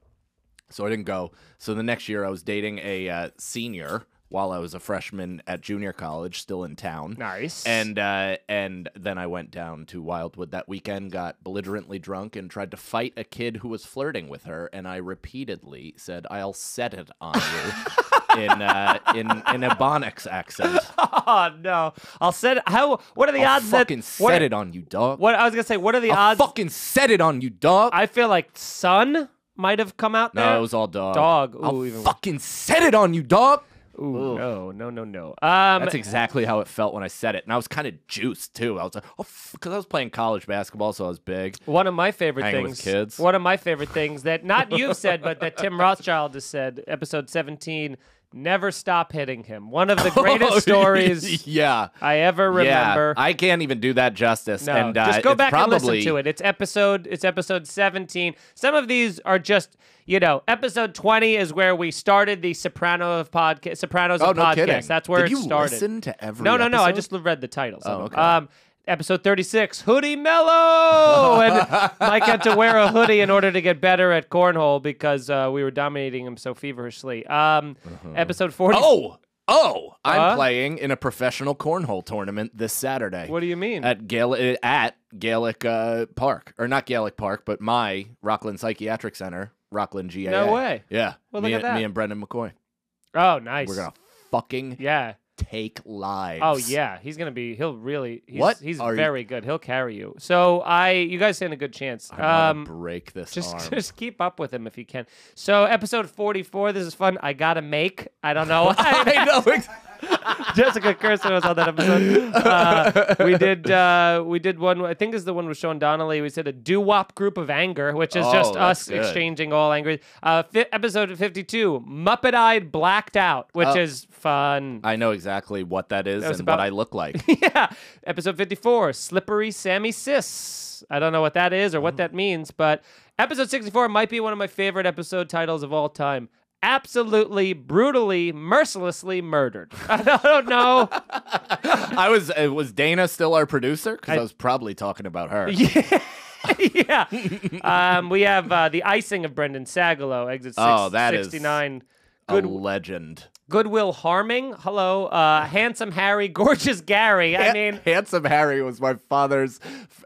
Speaker 5: So I didn't go. So the next year, I was dating a uh, senior while I was a freshman at junior college, still in town.
Speaker 4: Nice.
Speaker 5: And uh, and then I went down to Wildwood that weekend, got belligerently drunk, and tried to fight a kid who was flirting with her. And I repeatedly said, "I'll set it on
Speaker 4: [laughs]
Speaker 5: you," in uh, in in a Ebonics accent.
Speaker 4: [laughs] Oh no! I'll set it. How? What are the
Speaker 5: I'll
Speaker 4: odds that?
Speaker 5: fucking set
Speaker 4: what,
Speaker 5: it on you, dog.
Speaker 4: What I was gonna say. What are the
Speaker 5: I'll
Speaker 4: odds?
Speaker 5: fucking set it on you, dog.
Speaker 4: I feel like Sun might have come out there.
Speaker 5: No, it was all dog.
Speaker 4: Eh, Dog. Ooh,
Speaker 5: I'll
Speaker 4: even-
Speaker 5: fucking set it on you, dog.
Speaker 4: Ooh, no, no, no, no. Um,
Speaker 5: That's exactly how it felt when I said it, and I was kind of juiced too. I was like, oh, because I was playing college basketball, so I was big.
Speaker 4: One of my favorite
Speaker 5: Hang with
Speaker 4: things.
Speaker 5: kids.
Speaker 4: One of my favorite things
Speaker 5: [laughs]
Speaker 4: that not you've said, but that Tim Rothschild has said. Episode seventeen. Never stop hitting him.
Speaker 5: [laughs]
Speaker 4: One of the greatest stories
Speaker 5: Oh, yeah,
Speaker 4: I ever remember.
Speaker 5: Yeah, I can't even do that justice.
Speaker 4: no,
Speaker 5: and uh,
Speaker 4: just go
Speaker 5: it's
Speaker 4: back
Speaker 5: probably,
Speaker 4: and listen to it. It's episode. It's episode seventeen. Some of these are just you know. Episode twenty is where we started the Soprano of podcast. Sopranos
Speaker 5: Oh
Speaker 4: of
Speaker 5: no,
Speaker 4: podcast.
Speaker 5: kidding.
Speaker 4: That's where
Speaker 5: Did
Speaker 4: it
Speaker 5: you
Speaker 4: started.
Speaker 5: listen to every?
Speaker 4: No, no, no. I
Speaker 5: episode?
Speaker 4: just l- read the titles. of
Speaker 5: Oh,
Speaker 4: them.
Speaker 5: okay.
Speaker 4: Um, episode 36, Hoodie Mellow. [laughs] and Mike had to wear a hoodie in order to get better at cornhole because uh, we were dominating him so feverishly. Um, Episode 40.
Speaker 5: Mm-hmm. Oh, oh, I'm
Speaker 4: Huh?
Speaker 5: playing in a professional cornhole tournament this Saturday.
Speaker 4: What do you mean?
Speaker 5: at Gael- at Gaelic uh, Park, or not Gaelic Park, but my Rockland Psychiatric Center, Rockland GA.
Speaker 4: No way.
Speaker 5: Yeah.
Speaker 4: Well,
Speaker 5: me,
Speaker 4: look at
Speaker 5: and- me
Speaker 4: that.
Speaker 5: and Brendan McCoy.
Speaker 4: oh, nice.
Speaker 5: We're gonna fucking
Speaker 4: yeah.
Speaker 5: take lives.
Speaker 4: Oh yeah, he's gonna be. He'll really. He's,
Speaker 5: What
Speaker 4: He's
Speaker 5: are you-
Speaker 4: very good. He'll carry you. So I, you guys stand a good chance.
Speaker 5: I'm gonna
Speaker 4: Um,
Speaker 5: break this
Speaker 4: just
Speaker 5: arm. [laughs]
Speaker 4: just keep up with him if you can. So episode 44. This is fun. I gotta make. I
Speaker 5: [laughs]
Speaker 4: don't know. I [laughs]
Speaker 5: know. ex-
Speaker 4: Jessica Kirsten was on that episode. Uh, we did uh, we did one. I think is the one with Sean Donnelly. We said a doo wop group of anger, which is
Speaker 5: Oh,
Speaker 4: just
Speaker 5: that's
Speaker 4: us
Speaker 5: good.
Speaker 4: exchanging all angry. Uh, fi- episode fifty two, Muppet Eyed Blacked Out, which
Speaker 5: Oh.
Speaker 4: is fun.
Speaker 5: I know exactly what that is
Speaker 4: That was
Speaker 5: and
Speaker 4: about-
Speaker 5: what I look like.
Speaker 4: [laughs] yeah. Episode fifty four, Slippery Sammy Sis. I don't know what that is or
Speaker 5: Mm.
Speaker 4: what that means, but episode sixty four might be one of my favorite episode titles of all time. Absolutely, brutally, mercilessly murdered. [laughs] I don't know.
Speaker 5: I was uh, was Dana still our producer because I,
Speaker 4: I-
Speaker 5: was probably talking about her.
Speaker 4: [laughs] Yeah. [laughs] yeah. Um, we have uh, the icing of Brendan Sagalow, exit six,
Speaker 5: Oh, that is
Speaker 4: 69.
Speaker 5: a legend.
Speaker 4: Goodwill Harming. Hello. Uh, handsome Harry, [laughs] gorgeous Gary. I mean,
Speaker 5: handsome Harry was my father's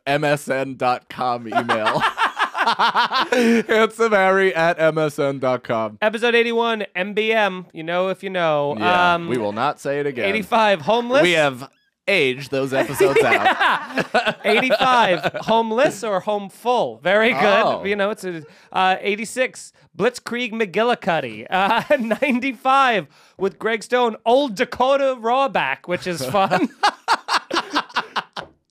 Speaker 5: MSN.com email. [laughs] handsome Harry at MSN.com.
Speaker 4: episode 81, MBM. You know if you know.
Speaker 5: Yeah,
Speaker 4: um,
Speaker 5: we will not say it again.
Speaker 4: 85, Homeless.
Speaker 5: We have aged those
Speaker 4: [laughs]
Speaker 5: episodes out. [laughs]
Speaker 4: 85, Homeless or Homeful. Very good.
Speaker 5: Oh.
Speaker 4: You know, it's a, uh, 86, Blitzkrieg McGillicuddy. [laughs] Uh, 95, with
Speaker 5: [laughs]
Speaker 4: Greg Stone, Old Dakota Rawback, which is fun.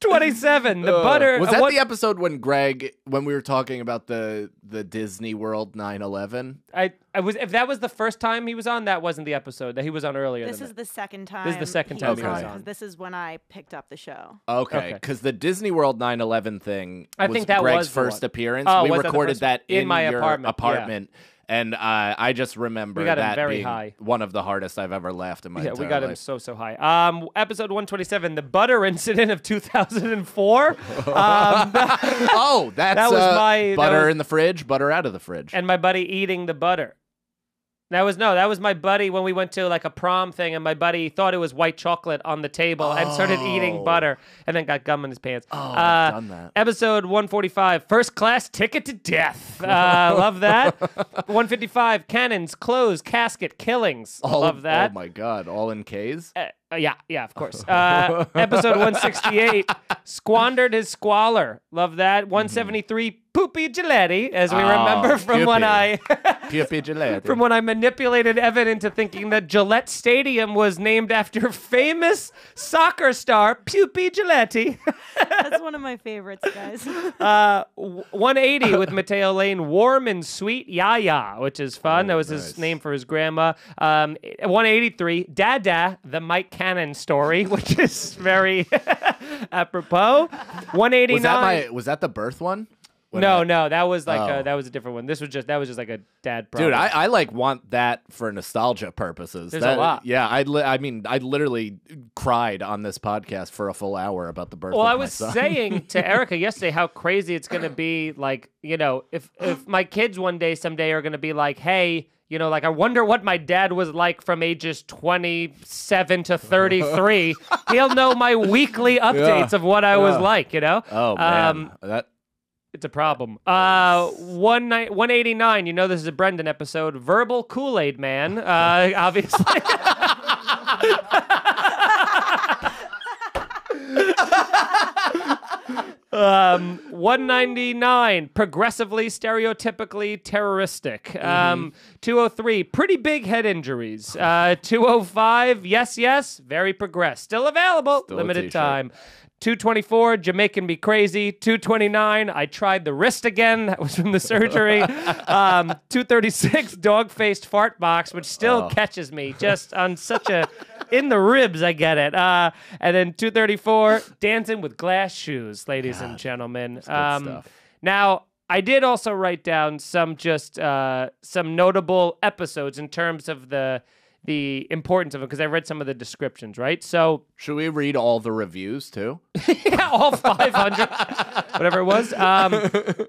Speaker 4: 27. The butter.
Speaker 5: Was that
Speaker 4: uh, what-
Speaker 5: the episode when Greg, when we were talking about the the Disney World 9/11?
Speaker 4: I, I was if that was the first time he was on, that wasn't the episode that he was on earlier.
Speaker 7: This
Speaker 4: than
Speaker 7: is the second time.
Speaker 4: This is the second time
Speaker 5: he was
Speaker 7: because
Speaker 4: on.
Speaker 7: This is when I picked up the show.
Speaker 5: Okay,
Speaker 4: Okay.
Speaker 5: because the Disney World 9/11 thing
Speaker 4: I
Speaker 5: was
Speaker 4: think that
Speaker 5: Greg's
Speaker 4: was the
Speaker 5: first
Speaker 4: one.
Speaker 5: appearance.
Speaker 4: Oh,
Speaker 5: we
Speaker 4: was that the
Speaker 5: recorded
Speaker 4: first-
Speaker 5: that in,
Speaker 4: in my
Speaker 5: your
Speaker 4: apartment, yeah.
Speaker 5: apartment, and uh, I just remember
Speaker 4: We got him
Speaker 5: that
Speaker 4: very
Speaker 5: being
Speaker 4: high.
Speaker 5: one of the hardest I've ever laughed in my
Speaker 4: yeah,
Speaker 5: entire
Speaker 4: we got him
Speaker 5: life.
Speaker 4: so so high. Um, episode 127, the butter incident of 2004.
Speaker 5: [laughs]
Speaker 4: um, [laughs]
Speaker 5: oh, that's
Speaker 4: That was
Speaker 5: uh,
Speaker 4: my- that
Speaker 5: butter
Speaker 4: was-
Speaker 5: in the fridge, butter out of the fridge.
Speaker 4: and my buddy eating the butter. That was no, that was my buddy when we went to like a prom thing, and my buddy thought it was white chocolate on the table and started eating
Speaker 5: Oh.
Speaker 4: butter, and then got gum in his pants. Oh,
Speaker 5: I've done that.
Speaker 4: Episode 145, first class ticket to death. Uh,
Speaker 5: [laughs]
Speaker 4: love that. 155, cannons, clothes, casket, killings.
Speaker 5: all
Speaker 4: love that.
Speaker 5: Oh my god, all in K's.
Speaker 4: Uh, uh, yeah, yeah, of course. Uh,
Speaker 5: [laughs]
Speaker 4: episode 168, squandered his squalor. Love that.
Speaker 5: Mm-hmm.
Speaker 4: 173, poopy Giletti, as
Speaker 5: Oh,
Speaker 4: we remember from when I [laughs]
Speaker 5: Poopy. Pia Gillette.
Speaker 4: from when I manipulated Evan into thinking that Gillette Stadium was named after [laughs] famous soccer star Pupi [laughs] Giletti.
Speaker 7: That's one of my favorites,
Speaker 4: [laughs]
Speaker 7: guys.
Speaker 4: Uh, w- 180 with Mateo Lane, warm and sweet Yaya, which is
Speaker 5: Oh,
Speaker 4: fun. that was his name for his grandma. Um, 183, Dada, the Mike Cannon story, [laughs] which is very [laughs] apropos. 189.
Speaker 5: was that my was that the birth one? When
Speaker 4: no,
Speaker 5: I-
Speaker 4: no, that was like
Speaker 5: Oh.
Speaker 4: a, that was a different one. This was just that was just like a dad. Problem.
Speaker 5: Dude, I, I like want that for nostalgia purposes.
Speaker 4: There's a
Speaker 5: That-
Speaker 4: lot.
Speaker 5: Yeah, I li- I mean, I literally cried on this podcast for a full hour about the birth.
Speaker 4: Well,
Speaker 5: of
Speaker 4: I
Speaker 5: my
Speaker 4: was
Speaker 5: son.
Speaker 4: saying to Erica yesterday how crazy it's going to be. Like, you know, if if my kids one day someday are going to be like, hey, you know, like I wonder what my dad was like from ages twenty seven to thirty
Speaker 5: [laughs]
Speaker 4: three. He'll know my weekly updates of what I was
Speaker 5: yeah.
Speaker 4: like. You know.
Speaker 5: [laughs]
Speaker 4: Um,
Speaker 5: Oh man, that
Speaker 4: It's a problem. Uh, one ni- 189, you know this is a Brendan episode. Verbal Kool-Aid Man, uh, [laughs] obviously. um, 199, progressively, stereotypically terroristic.
Speaker 5: Mm-hmm.
Speaker 4: Um, 203, pretty big head injuries. Uh, 205, yes, yes, very progressed. Still available,
Speaker 5: Still a
Speaker 4: limited
Speaker 5: t-shirt.
Speaker 4: time. 224, Jamaican Be Crazy. 229, I tried the wrist again. That was from the surgery. um, 236, Dog Faced Fart Box, which still catches me just on such a. In the ribs, I get it. Uh, and then 234, Dancing with Glass Shoes, ladies and gentlemen. Um,
Speaker 5: stuff.
Speaker 4: Now, I did also write down some just uh, some notable episodes in terms of the the importance of it because I read some of the descriptions, right? So
Speaker 5: should we read all the reviews too?
Speaker 4: [laughs] yeah, all 500, whatever it was. Um,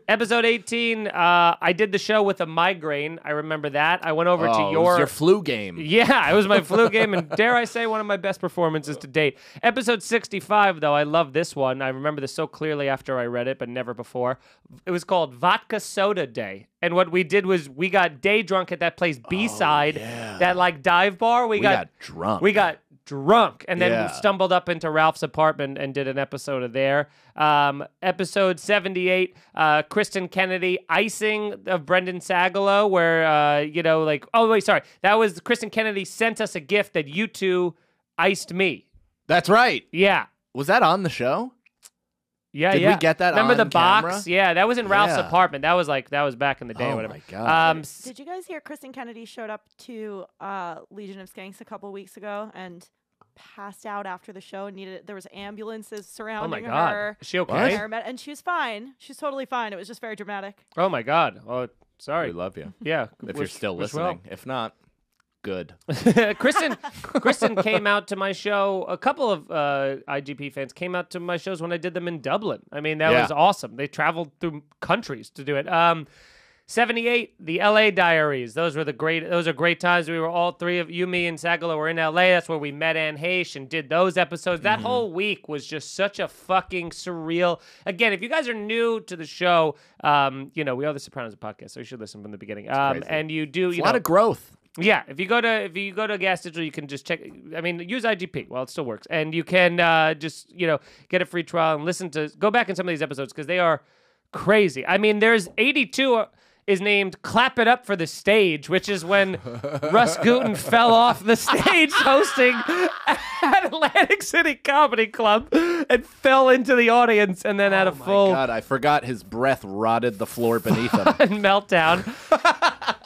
Speaker 4: episode 18, uh, I did the show with a migraine. I remember that. I went over
Speaker 5: Oh, it
Speaker 4: to
Speaker 5: was
Speaker 4: your.
Speaker 5: your flu game.
Speaker 4: yeah, it was my flu game, and dare I say, one of my best performances to date. Episode 65, though, I love this one. I remember this so clearly after I read it, but never before. It was called Vodka Soda Day. And what we did was we got day drunk at that place, B side, that like dive bar. We,
Speaker 5: Oh, We
Speaker 4: got,
Speaker 5: got drunk.
Speaker 4: We got drunk and then
Speaker 5: Yeah.
Speaker 4: stumbled up into Ralph's apartment and did an episode of there. Um, episode 78, uh, Kristen Kennedy icing of Brendan Sagalow, where, uh, you know, like, oh, wait, sorry. That was Kristen Kennedy sent us a gift that you two iced me.
Speaker 5: That's right.
Speaker 4: Yeah.
Speaker 5: Was that on the show?
Speaker 4: Yeah,
Speaker 5: Did we
Speaker 4: yeah.
Speaker 5: get that
Speaker 4: Remember
Speaker 5: on
Speaker 4: the box?
Speaker 5: camera?
Speaker 4: Yeah, that was in Ralph's
Speaker 5: Yeah.
Speaker 4: apartment. That was like that was back in the day.
Speaker 5: Oh
Speaker 4: or whatever.
Speaker 5: my God.
Speaker 4: Um, s-
Speaker 7: Did you guys hear Kristen Kennedy showed up to uh, Legion of Skanks a couple weeks ago and passed out after the show and needed there was ambulances
Speaker 4: oh my
Speaker 7: surrounding
Speaker 4: god,
Speaker 7: her.
Speaker 4: is she okay?
Speaker 7: Paramed- and she was fine. She's totally fine. It was just very dramatic.
Speaker 4: Oh my god. Oh, sorry.
Speaker 5: We love
Speaker 4: [laughs]
Speaker 5: you.
Speaker 4: yeah,
Speaker 5: If you're
Speaker 4: wish-
Speaker 5: still
Speaker 4: wish well.
Speaker 5: listening, if not, good.
Speaker 4: [laughs] Kristen, Kristen came out to my show. A couple of uh, IGP fans came out to my shows when I did them in Dublin. I mean, that
Speaker 5: Yeah.
Speaker 4: was awesome. They traveled through countries to do it. Um, Seventy-eight, the L.A. Diaries. Those were the great. Those are great times. We were all three of you, me, and Sagalo were in L.A. That's where we met Anne Heche and did those episodes. That
Speaker 5: Mm-hmm.
Speaker 4: whole week was just such a fucking surreal. Again, if you guys are new to the show, um, you know we are the Sopranos podcast, so you should listen from the beginning. Um,
Speaker 5: crazy.
Speaker 4: and you do you
Speaker 5: A
Speaker 4: know,
Speaker 5: lot of growth.
Speaker 4: yeah, if you go to if you go to a gas digital, you can just check. I mean, use IGP while it still works, and you can uh, just you know get a free trial and listen to go back in some of these episodes because they are crazy. I mean, there's 82 uh, is named "Clap It Up for the Stage," which is when Russ Gutten [laughs] fell off the stage hosting at Atlantic City Comedy Club, and and fell into the audience and then had a full
Speaker 5: God, I forgot his breath rotted the floor beneath
Speaker 4: [laughs]
Speaker 5: him.
Speaker 4: meltdown.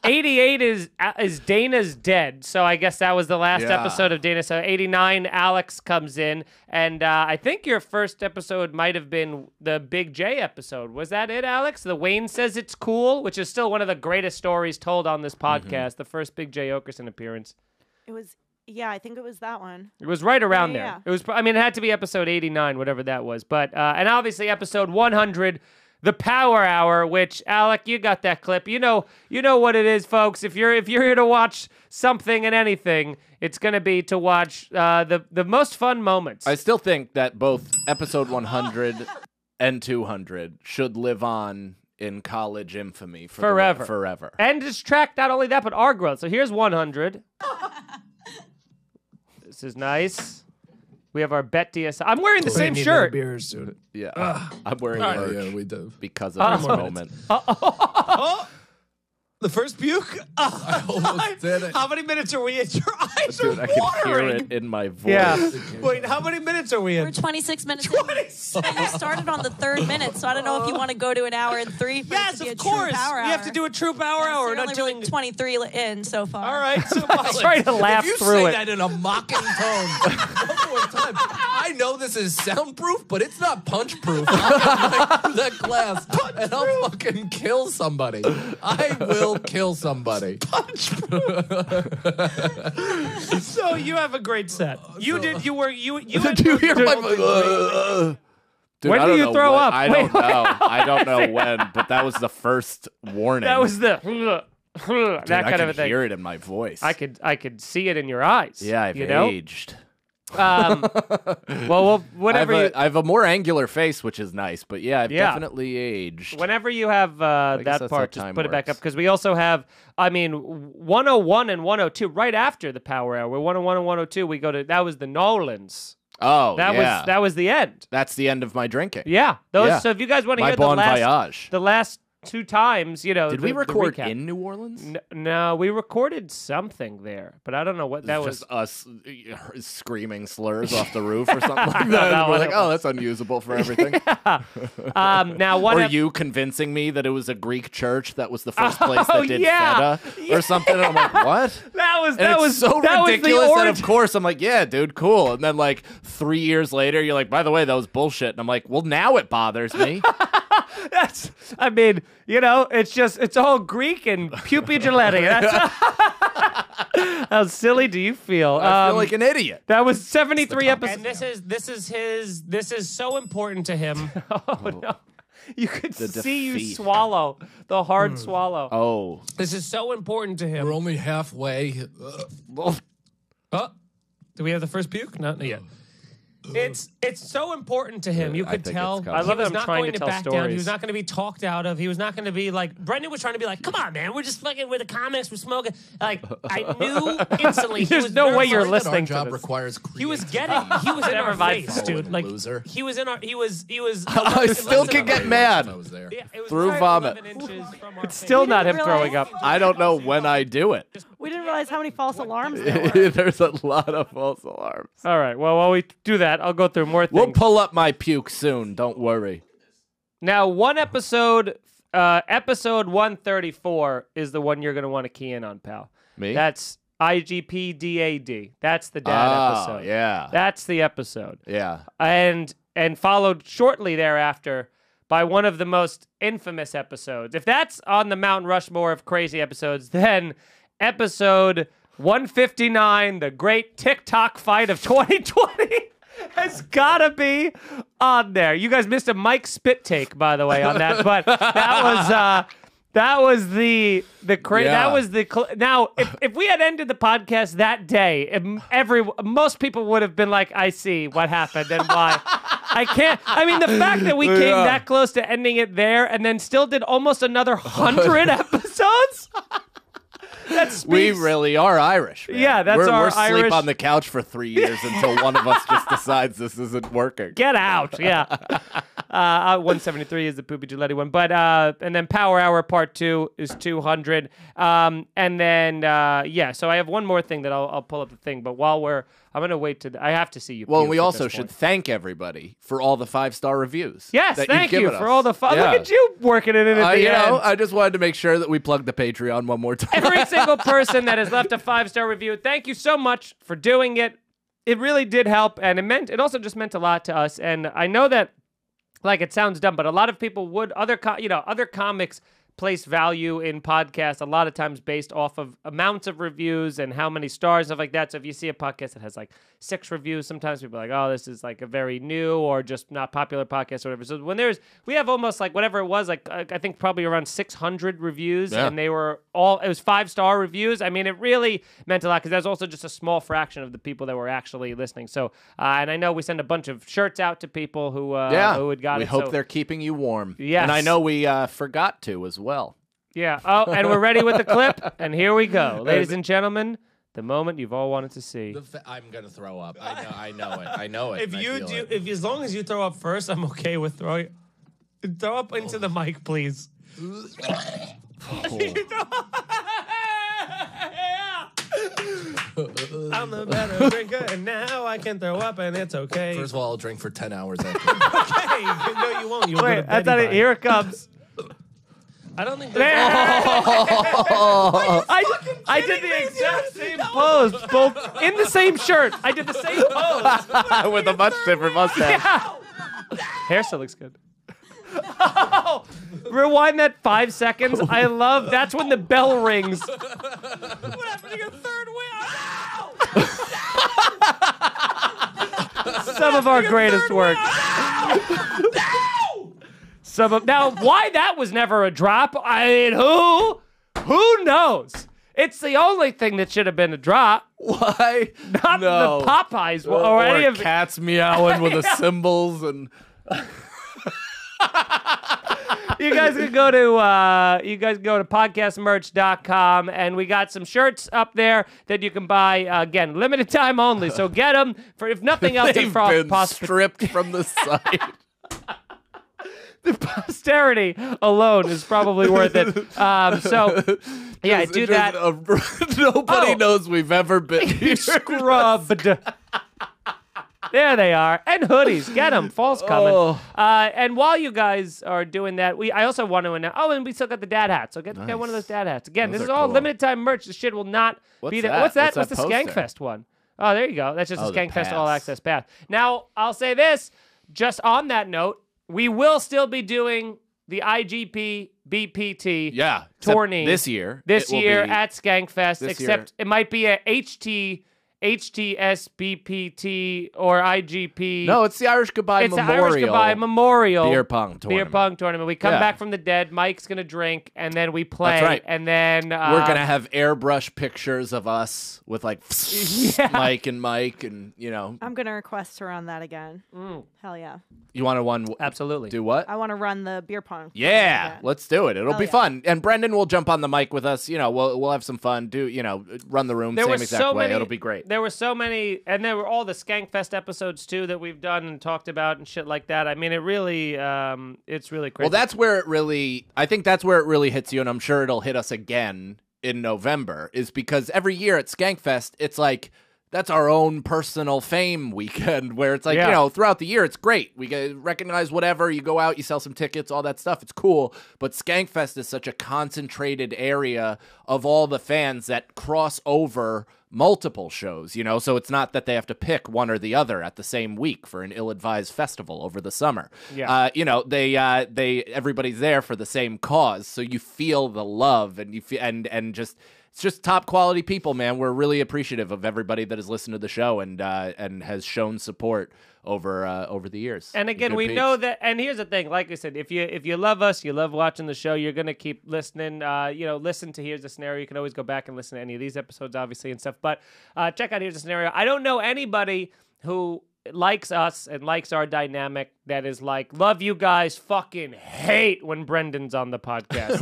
Speaker 4: 88 is uh, is Dana's dead, so I guess that was the last
Speaker 5: Yeah.
Speaker 4: episode of Dana. So 89, Alex comes in, and uh, I think your first episode might have been the Big J episode. Was that it, Alex? The Wayne says it's cool, which is still one of the greatest stories told on this podcast. The first Big J Okerson appearance.
Speaker 7: It was yeah, I think it was that one.
Speaker 4: It was right around
Speaker 7: Yeah, yeah,
Speaker 4: there. It was. pr- I mean, it had to be episode eighty nine, whatever that was. But uh, and obviously episode one hundred, the Power Hour. Which Alec, you got that clip. You know, you know what it is, folks. If you're if you're here to watch something and anything, it's gonna be to watch uh, the the most fun moments.
Speaker 5: I still think that both episode 100 and 200 should live on in college infamy for the-
Speaker 4: Forever.
Speaker 5: forever.
Speaker 4: and just track not only that but our growth. So here's one
Speaker 7: [laughs]
Speaker 4: hundred. this is nice. We have our bet DSI. I'm wearing the same
Speaker 8: We need
Speaker 4: shirt.
Speaker 8: more Beers, dude.
Speaker 5: Yeah, I'm wearing
Speaker 8: Oh,
Speaker 5: merch
Speaker 8: yeah, we do.
Speaker 5: because
Speaker 4: Oh,
Speaker 5: of this moment.
Speaker 8: The first puke. [laughs] I almost did it.
Speaker 9: How many minutes are
Speaker 8: [laughs]
Speaker 9: we in? Your eyes
Speaker 5: Dude,
Speaker 9: are
Speaker 5: I can hear
Speaker 9: watering.
Speaker 5: it in my voice.
Speaker 4: Yeah.
Speaker 5: [laughs]
Speaker 9: Wait, how many minutes are we
Speaker 10: We're
Speaker 9: in?
Speaker 10: 26 minutes in.
Speaker 9: 26.
Speaker 10: And you started on the third minute, so I don't know if you want to go to an hour and three. For
Speaker 9: Yes,
Speaker 10: it to be a
Speaker 9: of
Speaker 10: true
Speaker 9: course.
Speaker 10: Power
Speaker 9: We have to do a true power
Speaker 10: So
Speaker 9: hour. We're
Speaker 10: you're
Speaker 9: not
Speaker 10: only really
Speaker 9: doing
Speaker 10: 23 li- in so far.
Speaker 9: All right, [laughs] so
Speaker 4: I'm trying to laugh
Speaker 8: if you
Speaker 4: through
Speaker 8: say
Speaker 4: it.
Speaker 8: that in a mocking tone
Speaker 9: [laughs]
Speaker 8: one more time, I know this is soundproof, but it's not
Speaker 9: [laughs]
Speaker 8: punch proof. I'm going that glass, and I'll fucking kill somebody. I will kill somebody.
Speaker 9: so you have a great set. You did. You were. You.
Speaker 5: [laughs]
Speaker 9: You. Had,
Speaker 5: Did Oh, you hear my? Dude,
Speaker 4: When
Speaker 5: I
Speaker 4: do
Speaker 5: don't
Speaker 4: you
Speaker 5: know
Speaker 4: throw
Speaker 5: when-
Speaker 4: up?
Speaker 5: I
Speaker 4: Wait,
Speaker 5: don't know. I don't know when, but that was the first warning.
Speaker 4: [laughs] That was the that
Speaker 5: Dude, I
Speaker 4: kind
Speaker 5: can
Speaker 4: of a thing.
Speaker 5: hear it in my voice.
Speaker 4: I could I could see it in your eyes.
Speaker 5: Yeah, I've
Speaker 4: you know.
Speaker 5: aged. [laughs]
Speaker 4: Um,
Speaker 5: I have,
Speaker 4: well, well, whenever you,
Speaker 5: a, I have a more angular face, which is nice, but yeah, I've
Speaker 4: Yeah.
Speaker 5: definitely aged.
Speaker 4: whenever you have uh,
Speaker 5: guess
Speaker 4: that
Speaker 5: that's
Speaker 4: part,
Speaker 5: how
Speaker 4: just
Speaker 5: time
Speaker 4: put it back up
Speaker 5: works.
Speaker 4: because we also have. I mean, 101 and 102 right after the power hour. 101 and 102. We go to that was the Nolans.
Speaker 5: oh,
Speaker 4: That
Speaker 5: yeah.
Speaker 4: was that was the end.
Speaker 5: That's the end of my drinking.
Speaker 4: Yeah. Those.
Speaker 5: Yeah.
Speaker 4: So if you guys want to
Speaker 5: My
Speaker 4: hear the
Speaker 5: bon
Speaker 4: last
Speaker 5: voyage.
Speaker 4: the last two times, you know,
Speaker 5: Did
Speaker 4: the-
Speaker 5: we
Speaker 4: the
Speaker 5: record
Speaker 4: recap.
Speaker 5: in New Orleans?
Speaker 4: N- No, we recorded something there, but I don't know what that was.
Speaker 5: just us uh, screaming slurs off the roof
Speaker 4: [laughs]
Speaker 5: or something like
Speaker 4: don't know
Speaker 5: that. We're
Speaker 4: what
Speaker 5: like,
Speaker 4: it
Speaker 5: oh,
Speaker 4: [laughs]
Speaker 5: that's unusable for everything. [laughs]
Speaker 4: Um, now what
Speaker 5: Or
Speaker 4: if-
Speaker 5: you convincing me that it was a Greek church that was the first place
Speaker 4: [laughs] Oh,
Speaker 5: that did
Speaker 4: yeah.
Speaker 5: feta
Speaker 4: [laughs]
Speaker 5: or something? And I'm like, what?
Speaker 4: That was
Speaker 5: And
Speaker 4: that
Speaker 5: it's
Speaker 4: was
Speaker 5: so
Speaker 4: that
Speaker 5: ridiculous
Speaker 4: Was the
Speaker 5: that
Speaker 4: origin-
Speaker 5: of course I'm like, yeah, dude, cool. And then like three years later, you're like, by the way, that was bullshit. And I'm like, well, now it bothers me.
Speaker 4: That's, I mean, you know, it's just it's all Greek and
Speaker 5: [laughs]
Speaker 4: pupi gelati. That's [laughs] how silly do you feel?
Speaker 5: I feel
Speaker 4: [laughs] Um,
Speaker 5: like an idiot.
Speaker 4: that was seventy three episodes.
Speaker 9: and this is this is his. This is so important to him.
Speaker 4: Oh no, you could see you
Speaker 5: defeat.
Speaker 4: swallow the hard
Speaker 9: Hmm.
Speaker 4: swallow.
Speaker 5: Oh,
Speaker 9: This is so important to
Speaker 8: We're
Speaker 9: him.
Speaker 8: only halfway.
Speaker 9: Oh, do we have the first puke? Not, not yet. It's it's so important to him. You
Speaker 5: I
Speaker 9: could
Speaker 5: think
Speaker 9: tell.
Speaker 5: it's coming. I
Speaker 4: love
Speaker 9: he was
Speaker 4: that I'm
Speaker 9: not
Speaker 4: trying
Speaker 9: going
Speaker 4: to
Speaker 9: to,
Speaker 4: tell
Speaker 9: back down. He
Speaker 4: stories.
Speaker 9: was not going to be talked out of. He was not going to be like Brendan was trying to be like, "Come on, man, we're just fucking. We're the comics. We're smoking." Like I
Speaker 4: [laughs]
Speaker 9: knew instantly. he
Speaker 4: There's
Speaker 9: was
Speaker 4: no
Speaker 9: very
Speaker 4: way you're
Speaker 9: much-
Speaker 8: That our
Speaker 4: listening to
Speaker 8: job
Speaker 4: this.
Speaker 8: requires.
Speaker 9: He was getting. He was in
Speaker 4: Never
Speaker 9: our
Speaker 4: mind.
Speaker 9: face, dude. Like
Speaker 8: Loser.
Speaker 9: he was in our. He was. He was.
Speaker 5: [laughs] I
Speaker 4: [laughs]
Speaker 5: still
Speaker 9: less than
Speaker 5: can get
Speaker 9: our-
Speaker 5: mad.
Speaker 8: I was there.
Speaker 9: Yeah, it was
Speaker 5: Through
Speaker 9: right
Speaker 5: vomit.
Speaker 9: 11 inches from our face.
Speaker 4: Still not him
Speaker 7: didn't
Speaker 4: throwing up.
Speaker 7: realize-
Speaker 5: I don't know when I do it.
Speaker 7: We didn't realize how many false alarms there
Speaker 5: [laughs]
Speaker 7: were.
Speaker 5: There's a lot of false alarms.
Speaker 4: All right. Well, while we do that, I'll go through more things.
Speaker 5: We'll pull up my puke soon. Don't worry.
Speaker 4: Now, one episode, uh, episode 134 is the one you're going to want to key in on, pal.
Speaker 5: Me?
Speaker 4: That's IGPDAD. That's the dad
Speaker 5: Ah,
Speaker 4: episode.
Speaker 5: yeah.
Speaker 4: That's the episode.
Speaker 5: yeah.
Speaker 4: And and followed shortly thereafter by one of the most infamous episodes. If that's on the Mount Rushmore of crazy episodes, [laughs] then episode 159, the great TikTok fight of [laughs] 2020 has got to be on there. You guys missed a Mike spit take by the way on that, but that was uh that was the the cra- that
Speaker 5: Yeah.
Speaker 4: was the cl- now
Speaker 5: [laughs]
Speaker 4: if, if we had ended the podcast that day em- every most people would have been like i see what happened and why i can't i mean the fact that we
Speaker 5: [laughs]
Speaker 4: came
Speaker 5: Yeah.
Speaker 4: that close to ending it there and then still did almost
Speaker 5: [laughs]
Speaker 4: another hundred episodes that speaks
Speaker 5: We really are Irish. man.
Speaker 4: Yeah, that's
Speaker 5: we're,
Speaker 4: our
Speaker 5: we're sleep
Speaker 4: Irish-
Speaker 5: on the couch for three years until one of us just decides this isn't working.
Speaker 4: get out yeah uh, 173 is the Poopy Giletti one. But uh, and then Power Hour Part Two is 200. Um, and then uh, yeah, so I have one more thing that I'll, I'll pull up the thing. But while we're, I'm gonna wait to. I have to see you.
Speaker 5: Well,
Speaker 4: puke
Speaker 5: we
Speaker 4: at
Speaker 5: also
Speaker 4: this
Speaker 5: should
Speaker 4: point.
Speaker 5: thank everybody for all the five star reviews.
Speaker 4: Yes,
Speaker 5: that you've
Speaker 4: thank you
Speaker 5: given
Speaker 4: for
Speaker 5: us.
Speaker 4: all the fun.
Speaker 5: Yeah.
Speaker 4: Look at you working it in at
Speaker 5: I-
Speaker 4: the
Speaker 5: you
Speaker 4: end.
Speaker 5: know, I [laughs] just wanted to make sure that we plugged the Patreon one more time.
Speaker 4: every single person that has left a five star review. Thank you so much for doing it. It really did help, and it meant it also just meant a lot to us. And I know that, like, it sounds dumb, but a lot of people would other co- you know other comics place value in podcasts a lot of times based off of amounts of reviews and how many stars stuff like that. So if you see a podcast that has like six reviews, sometimes people are like, oh, this is like a very new or just not popular podcast or whatever. So when there's we have almost like whatever it was like uh, I think probably around 600 reviews
Speaker 5: Yeah.
Speaker 4: and they were all it was five star reviews. I mean, it really meant a lot because that was also just a small fraction of the people that were actually listening. So, uh, and I know we send a bunch of shirts out to people who
Speaker 5: [laughs]
Speaker 4: uh,
Speaker 5: yeah,
Speaker 4: who had got
Speaker 5: we
Speaker 4: it.
Speaker 5: hope
Speaker 4: so,
Speaker 5: they're keeping you warm.
Speaker 4: Yes.
Speaker 5: and I know we uh, forgot to as well.
Speaker 4: yeah. Oh, and we're
Speaker 5: [laughs]
Speaker 4: ready with the clip, and here we go, ladies and gentlemen. The moment you've all wanted to see.
Speaker 8: The fa- I'm gonna throw up. I know. I know it. I know it.
Speaker 9: If
Speaker 8: I
Speaker 9: you
Speaker 8: feel
Speaker 9: do,
Speaker 8: it.
Speaker 9: if as long as you throw up first, I'm okay with throwing. Throw up into the mic,
Speaker 8: [laughs]
Speaker 9: please. I'm the better drinker, and now I can throw up, and it's okay.
Speaker 8: First of all, I'll drink for ten hours. After.
Speaker 9: hey, no, you won't. You'll go
Speaker 4: Wait,
Speaker 9: to
Speaker 4: I
Speaker 9: bed
Speaker 4: thought it.
Speaker 9: by-
Speaker 4: Here it
Speaker 8: [laughs]
Speaker 4: comes.
Speaker 9: I don't think.
Speaker 4: There.
Speaker 9: that's-
Speaker 4: I, I did the exact same pose, both in the same shirt. I did the same pose.
Speaker 5: With a much different mustache.
Speaker 4: Hair still looks good. [laughs] Rewind that five seconds. I love that's when the bell rings.
Speaker 9: What happened to your third wheel?
Speaker 4: Some of our greatest work. Some of now why that was never a drop. I mean, who who knows? It's the only thing that should have been a drop.
Speaker 5: [laughs] Why?
Speaker 4: Not
Speaker 5: no.
Speaker 4: the Popeyes or,
Speaker 5: or,
Speaker 4: any
Speaker 5: or
Speaker 4: of
Speaker 5: cats meowing
Speaker 4: [laughs]
Speaker 5: with the cymbals and
Speaker 4: you guys can go to uh, you guys can go to podcastmerch.com and we got some shirts up there that you can buy uh, again limited time
Speaker 5: [laughs]
Speaker 4: only so get them for if nothing else
Speaker 5: they've
Speaker 4: in fro-
Speaker 5: been
Speaker 4: pos-
Speaker 5: stripped from
Speaker 4: [laughs]
Speaker 5: the site.
Speaker 4: posterity alone is probably worth it um, so yeah do
Speaker 5: Just
Speaker 4: that
Speaker 5: a- [laughs] nobody
Speaker 4: Oh.
Speaker 5: knows we've ever
Speaker 4: [laughs]
Speaker 5: been here.
Speaker 4: scrubbed. There they are, and hoodies. Get them. Fall's coming.
Speaker 5: Oh.
Speaker 4: Uh, and while you guys are doing that, we I also want to announce. Oh, and we still got the dad hats. So get, get one of those dad hats. Again,
Speaker 5: Those
Speaker 4: this is
Speaker 5: are
Speaker 4: all
Speaker 5: cool.
Speaker 4: limited time merch. This shit will not
Speaker 5: What's
Speaker 4: be there.
Speaker 5: that?
Speaker 4: What's that?
Speaker 5: What's
Speaker 4: What's,
Speaker 5: that
Speaker 4: the
Speaker 5: poster?
Speaker 4: Skankfest one? Oh, there you go. That's just
Speaker 5: Oh,
Speaker 4: a
Speaker 5: the
Speaker 4: Skankfest All
Speaker 5: pass.
Speaker 4: Access Pass. Now, I'll say this. Just on that note, we will still be doing the IGP BPT
Speaker 5: Yeah, except
Speaker 4: Tourney
Speaker 5: this year.
Speaker 4: this
Speaker 5: it will
Speaker 4: year
Speaker 5: be-
Speaker 4: at Skankfest,
Speaker 5: this
Speaker 4: except
Speaker 5: year.
Speaker 4: it might be a HT, HTSBPT or IGP.
Speaker 5: no, it's the Irish Goodbye
Speaker 4: it's the
Speaker 5: Memorial.
Speaker 4: Irish Goodbye Memorial
Speaker 5: Beer pong
Speaker 4: beer
Speaker 5: tournament.
Speaker 4: pong tournament. We come
Speaker 5: Yeah.
Speaker 4: back from the dead. Mike's gonna drink, and then we play,
Speaker 5: right.
Speaker 4: and then uh,
Speaker 5: We're gonna have airbrush pictures of us with like [laughs]
Speaker 4: Yeah.
Speaker 5: Mike and Mike, and you know,
Speaker 7: I'm gonna request to run that again.
Speaker 9: Mm.
Speaker 7: Hell yeah!
Speaker 5: you want to one
Speaker 4: absolutely.
Speaker 5: do what?
Speaker 7: I want to run the beer pong.
Speaker 5: Yeah, let's do it. It'll
Speaker 7: Hell
Speaker 5: be
Speaker 7: yeah.
Speaker 5: fun. And Brendan will jump on the mic with us. You know, we'll we'll have some fun. Do you know, run the room same
Speaker 4: were
Speaker 5: exact way. It'll be great.
Speaker 4: There were so many, and there were all the Skankfest episodes too that we've done and talked about and shit like that. I mean, it really, um, it's really crazy.
Speaker 5: Well, that's where it really. I think that's where it really hits you, and I'm sure it'll hit us again in November. Is because every year at Skankfest, it's like that's our own personal fame weekend, [laughs] where it's like
Speaker 4: Yeah.
Speaker 5: you know throughout the year it's great. We get recognize whatever you go out, you sell some tickets, all that stuff. It's cool, but Skankfest is such a concentrated area of all the fans that cross over multiple shows, you know, so it's not that they have to pick one or the other at the same week for an ill-advised festival over the summer.
Speaker 4: Yeah.
Speaker 5: Uh, you know, they uh they everybody's there for the same cause, so you feel the love and you feel and and just it's just top quality people, man. We're really appreciative of everybody that has listened to the show and uh and has shown support over uh over the years.
Speaker 4: And
Speaker 5: You
Speaker 4: again,
Speaker 5: good
Speaker 4: we
Speaker 5: peeps.
Speaker 4: know that. And here's the thing: like I said, if you if you love us, you love watching the show, you're gonna keep listening. Uh, you know, listen to here's the scenario. You can always go back and listen to any of these episodes, obviously, and stuff. But uh, check out here's the scenario. I don't know anybody who likes us and likes our dynamic that is like, love you guys, fucking hate when Brendan's on the podcast.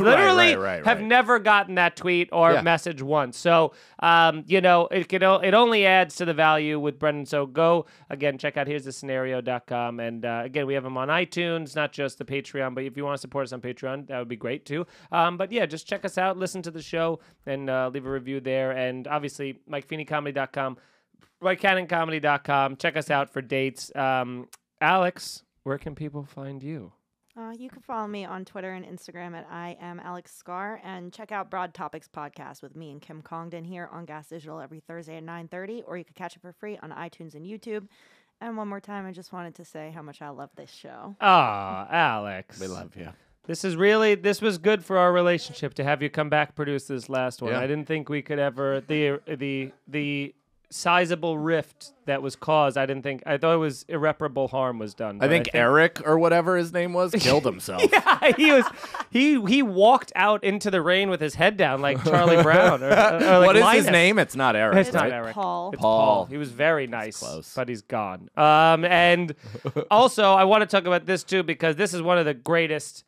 Speaker 5: [laughs] Right,
Speaker 4: Literally
Speaker 5: right, right,
Speaker 4: have
Speaker 5: right.
Speaker 4: never gotten that tweet or
Speaker 5: Yeah.
Speaker 4: message once. So, um, you know, it can o- it only adds to the value with Brendan. So go again, check out here's the scenario.com. And uh, again, we have him on iTunes, not just the Patreon, but if you want to support us on Patreon, that would be great too. Um, but yeah, just check us out, listen to the show, and uh, leave a review there. And obviously, MikeFeeneyComedy.com, RightCannonComedy.com. Check us out for dates. Um, Alex, where can people find you?
Speaker 7: Uh, you can follow me on Twitter and Instagram at I am Alex Scar and check out Broad Topics podcast with me and Kim Congdon here on Gas Digital every Thursday at 9:30 or you can catch it for free on iTunes and YouTube. And one more time I just wanted to say how much I love this show.
Speaker 4: Ah, Alex.
Speaker 5: We love you.
Speaker 4: This is really this was good for our relationship to have you come back produce this last one.
Speaker 5: Yeah.
Speaker 4: I didn't think we could ever the the the sizable rift that was caused. I didn't think I thought it was irreparable harm was
Speaker 5: I
Speaker 4: done. but
Speaker 5: think Eric or whatever his name
Speaker 4: [laughs]
Speaker 5: was killed himself.
Speaker 4: he was he he walked out into the rain with his head down like Charlie Brown or, or
Speaker 5: [laughs]
Speaker 4: like
Speaker 5: what is his
Speaker 4: Linus.
Speaker 5: name? It's not Eric.
Speaker 4: It's not
Speaker 5: right?
Speaker 4: Eric.
Speaker 7: Paul.
Speaker 4: It's
Speaker 5: Paul.
Speaker 4: Paul. He was very nice,
Speaker 5: close.
Speaker 4: but he's gone. Um, and
Speaker 5: [laughs]
Speaker 4: also, I want to talk about this too because this is one of the greatest.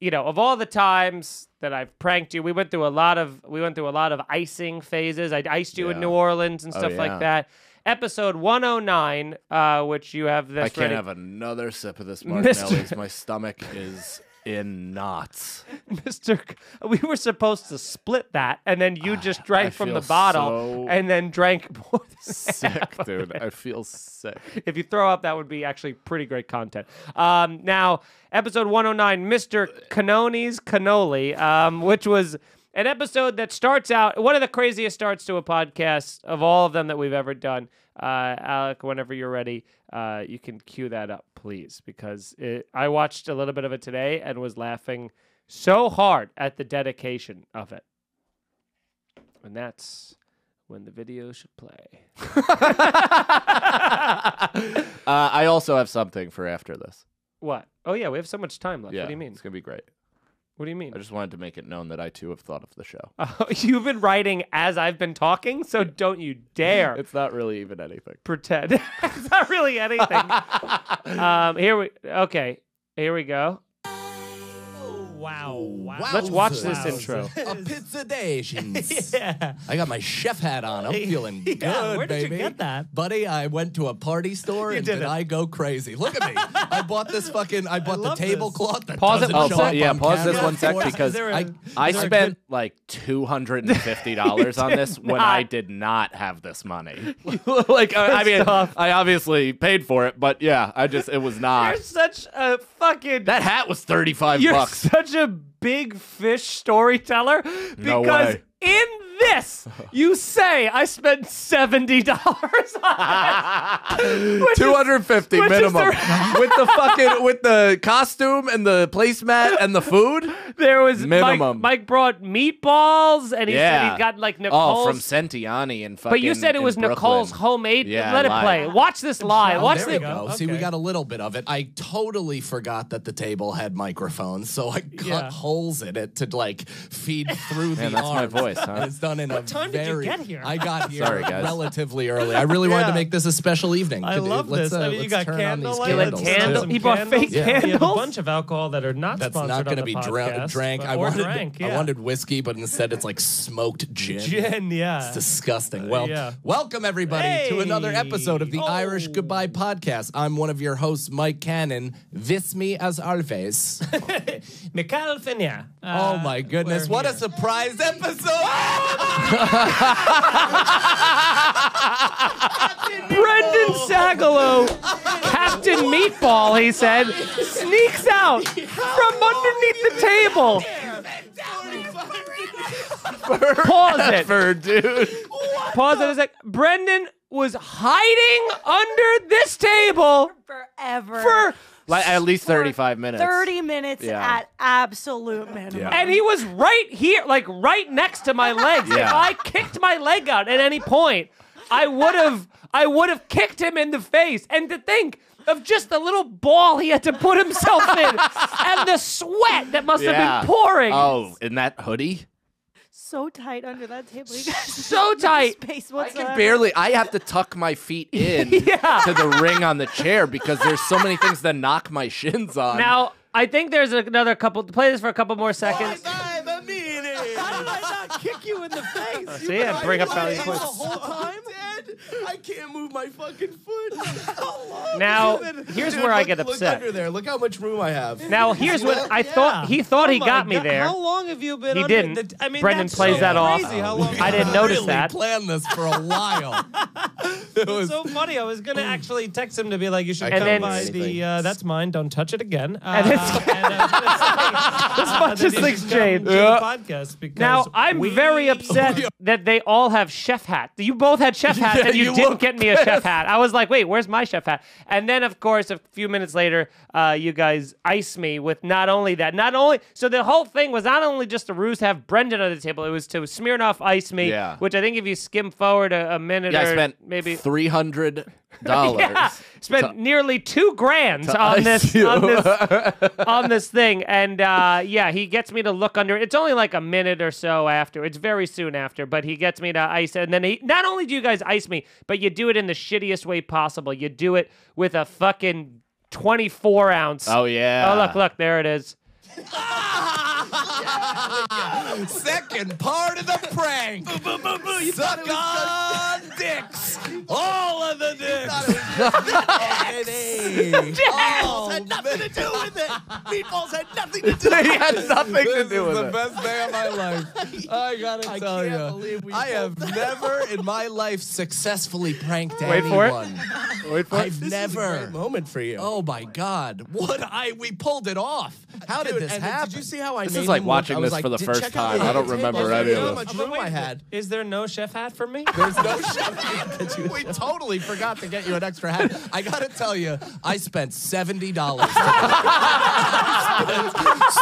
Speaker 4: You know, of all the times that I've pranked you, we went through a lot of we went through a lot of icing phases. I iced you in
Speaker 5: Yeah.
Speaker 4: New Orleans and
Speaker 5: Oh,
Speaker 4: stuff
Speaker 5: yeah.
Speaker 4: like that. Episode 109, uh, which you have this.
Speaker 5: I can't
Speaker 4: ready. [laughs]
Speaker 5: have another sip of this
Speaker 4: Mister-
Speaker 5: Martinelli's. My stomach is in knots.
Speaker 4: Mr. C- We were supposed to split that, and then you just drank from the
Speaker 5: Ah, feel
Speaker 4: bottle
Speaker 5: so
Speaker 4: and then drank more. than
Speaker 5: Sick, dude. I feel sick.
Speaker 4: [laughs] if you throw up, that would be actually pretty great content. Um, now, episode 109, Mr. Canoni's Cannoli, um, which was an episode that starts out one of the craziest starts to a podcast of all of them that we've ever done. Uh, Alec, whenever you're ready, uh, you can cue that up, please, because it, I watched a little bit of it today and was laughing so hard at the dedication of it. And that's when the video should play.
Speaker 5: [laughs] Uh, I also have something for after this.
Speaker 4: What? Oh yeah, we have so much time left.
Speaker 5: yeah,
Speaker 4: What do you mean?
Speaker 5: It's gonna be great.
Speaker 4: What do you mean?
Speaker 5: I just wanted to make it known that I too have thought of the show.
Speaker 4: [laughs] You've been writing as I've been talking, so don't you dare
Speaker 5: It's not really even anything.
Speaker 4: pretend. [laughs] it's not
Speaker 5: [laughs]
Speaker 4: really anything. um, here we okay. Here we go.
Speaker 9: Wow. Wow.
Speaker 4: Let's watch this
Speaker 9: [laughs]
Speaker 4: intro.
Speaker 8: [laughs] A pizza day.
Speaker 9: Yeah.
Speaker 8: I got my chef
Speaker 9: [laughs]
Speaker 8: hat on. I'm feeling
Speaker 9: Yeah,
Speaker 8: good,
Speaker 9: where did you
Speaker 8: baby.
Speaker 9: get that?
Speaker 8: buddy? I went to a party store and did, I go crazy? Look at me! I bought this fucking.
Speaker 9: [laughs]
Speaker 8: I bought the
Speaker 9: love this.
Speaker 8: tablecloth. That
Speaker 4: Pause it
Speaker 8: doesn't
Speaker 4: one
Speaker 8: show
Speaker 5: sec.
Speaker 8: up
Speaker 5: Yeah,
Speaker 8: on
Speaker 5: pause this
Speaker 9: [laughs]
Speaker 8: camera.
Speaker 5: one sec
Speaker 8: Of
Speaker 5: [laughs]
Speaker 8: course.
Speaker 5: because
Speaker 9: Is there a-
Speaker 8: I-
Speaker 5: I
Speaker 9: is there a
Speaker 5: spent like two hundred and fifty dollars on this when I
Speaker 4: not.
Speaker 5: did not have this money. like I, [laughs] I mean, I obviously paid for it, but yeah, I just it was not.
Speaker 4: You're such a fucking.
Speaker 5: That hat was thirty five [laughs]
Speaker 4: you're
Speaker 5: bucks.
Speaker 4: such a big fish storyteller because
Speaker 5: No way.
Speaker 4: in this you say I spent seventy dollars [laughs] on. it. is-
Speaker 5: Two hundred fifty
Speaker 4: which is
Speaker 5: minimum
Speaker 4: the-
Speaker 5: with the fucking with the costume and the placemat and the food.
Speaker 4: There was Mike,
Speaker 5: Minimum.
Speaker 4: Mike brought meatballs, and he said
Speaker 5: Yeah.
Speaker 4: he'd gotten like Nicole's.
Speaker 5: Oh, from Sentiani and fucking.
Speaker 4: But you said it
Speaker 5: in
Speaker 4: was
Speaker 5: Brooklyn.
Speaker 4: Nicole's homemade.
Speaker 5: Yeah,
Speaker 4: Let it
Speaker 5: live.
Speaker 4: play. Watch this live.
Speaker 9: Oh,
Speaker 4: Watch the.
Speaker 8: there we go. See, we
Speaker 9: Okay.
Speaker 8: got a little bit of it. I totally forgot that the table had microphones, so I cut
Speaker 9: Yeah.
Speaker 8: holes in it to
Speaker 9: [laughs]
Speaker 8: like feed through
Speaker 5: Man,
Speaker 8: the
Speaker 5: that's my
Speaker 8: arms.
Speaker 5: voice, huh?
Speaker 8: And it's done in a
Speaker 9: time did you
Speaker 8: very.
Speaker 9: get here?
Speaker 8: I got here
Speaker 5: Sorry, guys.
Speaker 8: relatively early. I really wanted to
Speaker 9: Yeah.
Speaker 8: make this a special evening.
Speaker 9: I
Speaker 8: Could-
Speaker 9: love
Speaker 8: let's,
Speaker 9: this.
Speaker 8: uh,
Speaker 9: I mean, you
Speaker 8: let's
Speaker 9: got
Speaker 8: turn on these
Speaker 9: candlelight.
Speaker 4: Skillet
Speaker 8: candles.
Speaker 4: candle-
Speaker 9: Some
Speaker 4: He bought fake
Speaker 9: Yeah. We have a
Speaker 4: candles?
Speaker 9: bunch of alcohol that are not
Speaker 8: That's
Speaker 9: sponsored
Speaker 8: not
Speaker 9: going to
Speaker 8: be dra-
Speaker 9: podcast,
Speaker 8: drank. I
Speaker 9: or
Speaker 8: wanted,
Speaker 9: drank.
Speaker 8: I
Speaker 9: yeah.
Speaker 8: wanted whiskey, but instead it's like smoked gin.
Speaker 9: gin. Yeah.
Speaker 8: It's disgusting. Well,
Speaker 9: yeah.
Speaker 8: welcome everybody to another
Speaker 9: Hey.
Speaker 8: episode of the
Speaker 9: Oh.
Speaker 8: Irish Goodbye Podcast. I'm one of your hosts, Mike Cannon. This me as always.
Speaker 5: [laughs]
Speaker 9: Mikhail Finya.
Speaker 8: oh my goodness, what a surprise episode!
Speaker 5: [laughs]
Speaker 4: Brendan Sagalow, Captain Meatball, he said, sneaks out from underneath the table. Pause it.
Speaker 5: Effort, Er, dude.
Speaker 4: Pause it a sec. Brendan was hiding under this table
Speaker 7: Forever.
Speaker 4: for,
Speaker 5: Like at least thirty five minutes.
Speaker 7: 30 minutes
Speaker 5: Yeah.
Speaker 7: at absolute minimum.
Speaker 5: Yeah.
Speaker 4: and he was right here, like right next to my legs. If
Speaker 5: Yeah.
Speaker 4: I kicked my leg out at any point, I would have, I would have kicked him in the face. And to think of just the little ball he had to put himself in, and the sweat that must have
Speaker 5: Yeah.
Speaker 4: been pouring.
Speaker 5: Oh, in that hoodie?
Speaker 7: so tight under that table. You guys
Speaker 4: So
Speaker 7: no
Speaker 4: tight.
Speaker 7: Space
Speaker 5: I
Speaker 7: whatsoever.
Speaker 5: can barely. I have to tuck my feet [laughs] in
Speaker 4: Yeah.
Speaker 5: to the ring on the chair because there's so many things that knock my shins on.
Speaker 4: Now, I think there's another couple. Play this for a couple more
Speaker 5: Oh
Speaker 4: seconds.
Speaker 6: How did I not kick you in the face?
Speaker 4: See, I bring up all these
Speaker 6: the
Speaker 4: points.
Speaker 6: whole time, Dad. I can't move my fucking foot.
Speaker 4: Now, here's
Speaker 8: Dude,
Speaker 4: where I
Speaker 8: look-
Speaker 4: get
Speaker 8: Look
Speaker 4: upset.
Speaker 8: under there. Look how much room I have.
Speaker 4: Now, here's what I thought. He thought
Speaker 9: Oh
Speaker 8: Oh
Speaker 4: he got me there.
Speaker 6: How long have you been?
Speaker 4: He
Speaker 6: under
Speaker 4: didn't.
Speaker 6: The, I mean,
Speaker 4: Brendan
Speaker 6: that's
Speaker 4: plays
Speaker 6: so
Speaker 4: that off.
Speaker 6: crazy
Speaker 8: [laughs]
Speaker 6: How long
Speaker 4: I didn't
Speaker 8: I
Speaker 4: notice
Speaker 8: really
Speaker 4: that.
Speaker 8: planned this for
Speaker 4: [laughs]
Speaker 8: a while. it was
Speaker 9: so funny. I was gonna actually text him to be like, "You should
Speaker 8: I
Speaker 9: come
Speaker 4: couldn't
Speaker 9: by
Speaker 4: do
Speaker 9: the
Speaker 5: anything.
Speaker 9: uh, that's mine. Don't touch it again." Uh,
Speaker 4: And
Speaker 9: and
Speaker 4: it's-
Speaker 9: I
Speaker 4: [laughs]
Speaker 9: was gonna say, uh, that
Speaker 4: just
Speaker 9: you
Speaker 4: things
Speaker 9: should come
Speaker 4: change.
Speaker 9: to the
Speaker 4: Yeah.
Speaker 9: podcast because
Speaker 4: Now, I'm
Speaker 9: we-
Speaker 5: [laughs]
Speaker 4: very upset that they all have chef hat. You both had chef hat, and you,
Speaker 5: you
Speaker 4: didn't
Speaker 5: look
Speaker 4: get me a chef hat. I was like, wait, where's my chef hat? And then, of course, a few minutes later, uh, you guys ice me with not only that, not only so the whole thing was not only just a ruse to have Brendan on the table, it was to Smirnoff ice me,
Speaker 5: Yeah.
Speaker 4: which I think if you skim forward a, a minute
Speaker 5: yeah, I
Speaker 4: or
Speaker 5: spent
Speaker 4: maybe
Speaker 5: three hundred [laughs] dollars.
Speaker 4: yeah, [laughs] spent nearly two grand on
Speaker 5: ice
Speaker 4: this,
Speaker 5: you.
Speaker 4: on this
Speaker 5: [laughs]
Speaker 4: on this thing, and uh, yeah, he gets me to look under. It's only like a minute or so after. It's very soon after, but he gets me to ice, and then he. Not only do you guys ice me, but you do it in the shittiest way possible. You do it with a fucking twenty-four ounce.
Speaker 5: Oh yeah. [laughs]
Speaker 4: Oh look, look, there it is.
Speaker 8: [laughs] Second part of the prank. Suck on dicks. All of the dicks.
Speaker 9: [laughs]
Speaker 8: Meatballs had nothing to do with it. Meatballs had nothing to do
Speaker 5: he had nothing to
Speaker 8: [laughs] This
Speaker 5: do
Speaker 8: is
Speaker 5: with
Speaker 8: the
Speaker 5: it.
Speaker 8: best day of my life. I
Speaker 6: [laughs]
Speaker 8: gotta tell
Speaker 6: can't
Speaker 8: you,
Speaker 6: believe we
Speaker 8: I have never in my life successfully pranked
Speaker 4: Wait for it.
Speaker 5: [laughs]
Speaker 8: anyone.
Speaker 5: Wait for it.
Speaker 8: I've never.
Speaker 6: moment for you.
Speaker 8: Oh my God! What I we pulled it off. How did
Speaker 6: Dude,
Speaker 8: this
Speaker 6: and
Speaker 8: happen?
Speaker 6: Did you see how I?
Speaker 5: This
Speaker 6: made
Speaker 5: is like
Speaker 6: him
Speaker 5: watching
Speaker 8: I was
Speaker 5: this
Speaker 8: like,
Speaker 5: for the
Speaker 8: "Did-
Speaker 5: first
Speaker 8: check out
Speaker 5: time.
Speaker 8: the
Speaker 5: I don't
Speaker 8: table.
Speaker 5: remember
Speaker 8: There's
Speaker 5: any
Speaker 8: no
Speaker 5: of
Speaker 8: much-
Speaker 5: this.
Speaker 9: But wait,
Speaker 8: room I had.
Speaker 9: Is there no chef hat for me?
Speaker 8: There's [laughs] no chef hat that you. We totally forgot to get you an extra hat. I gotta tell you, I spent seventy dollars. [laughs] so much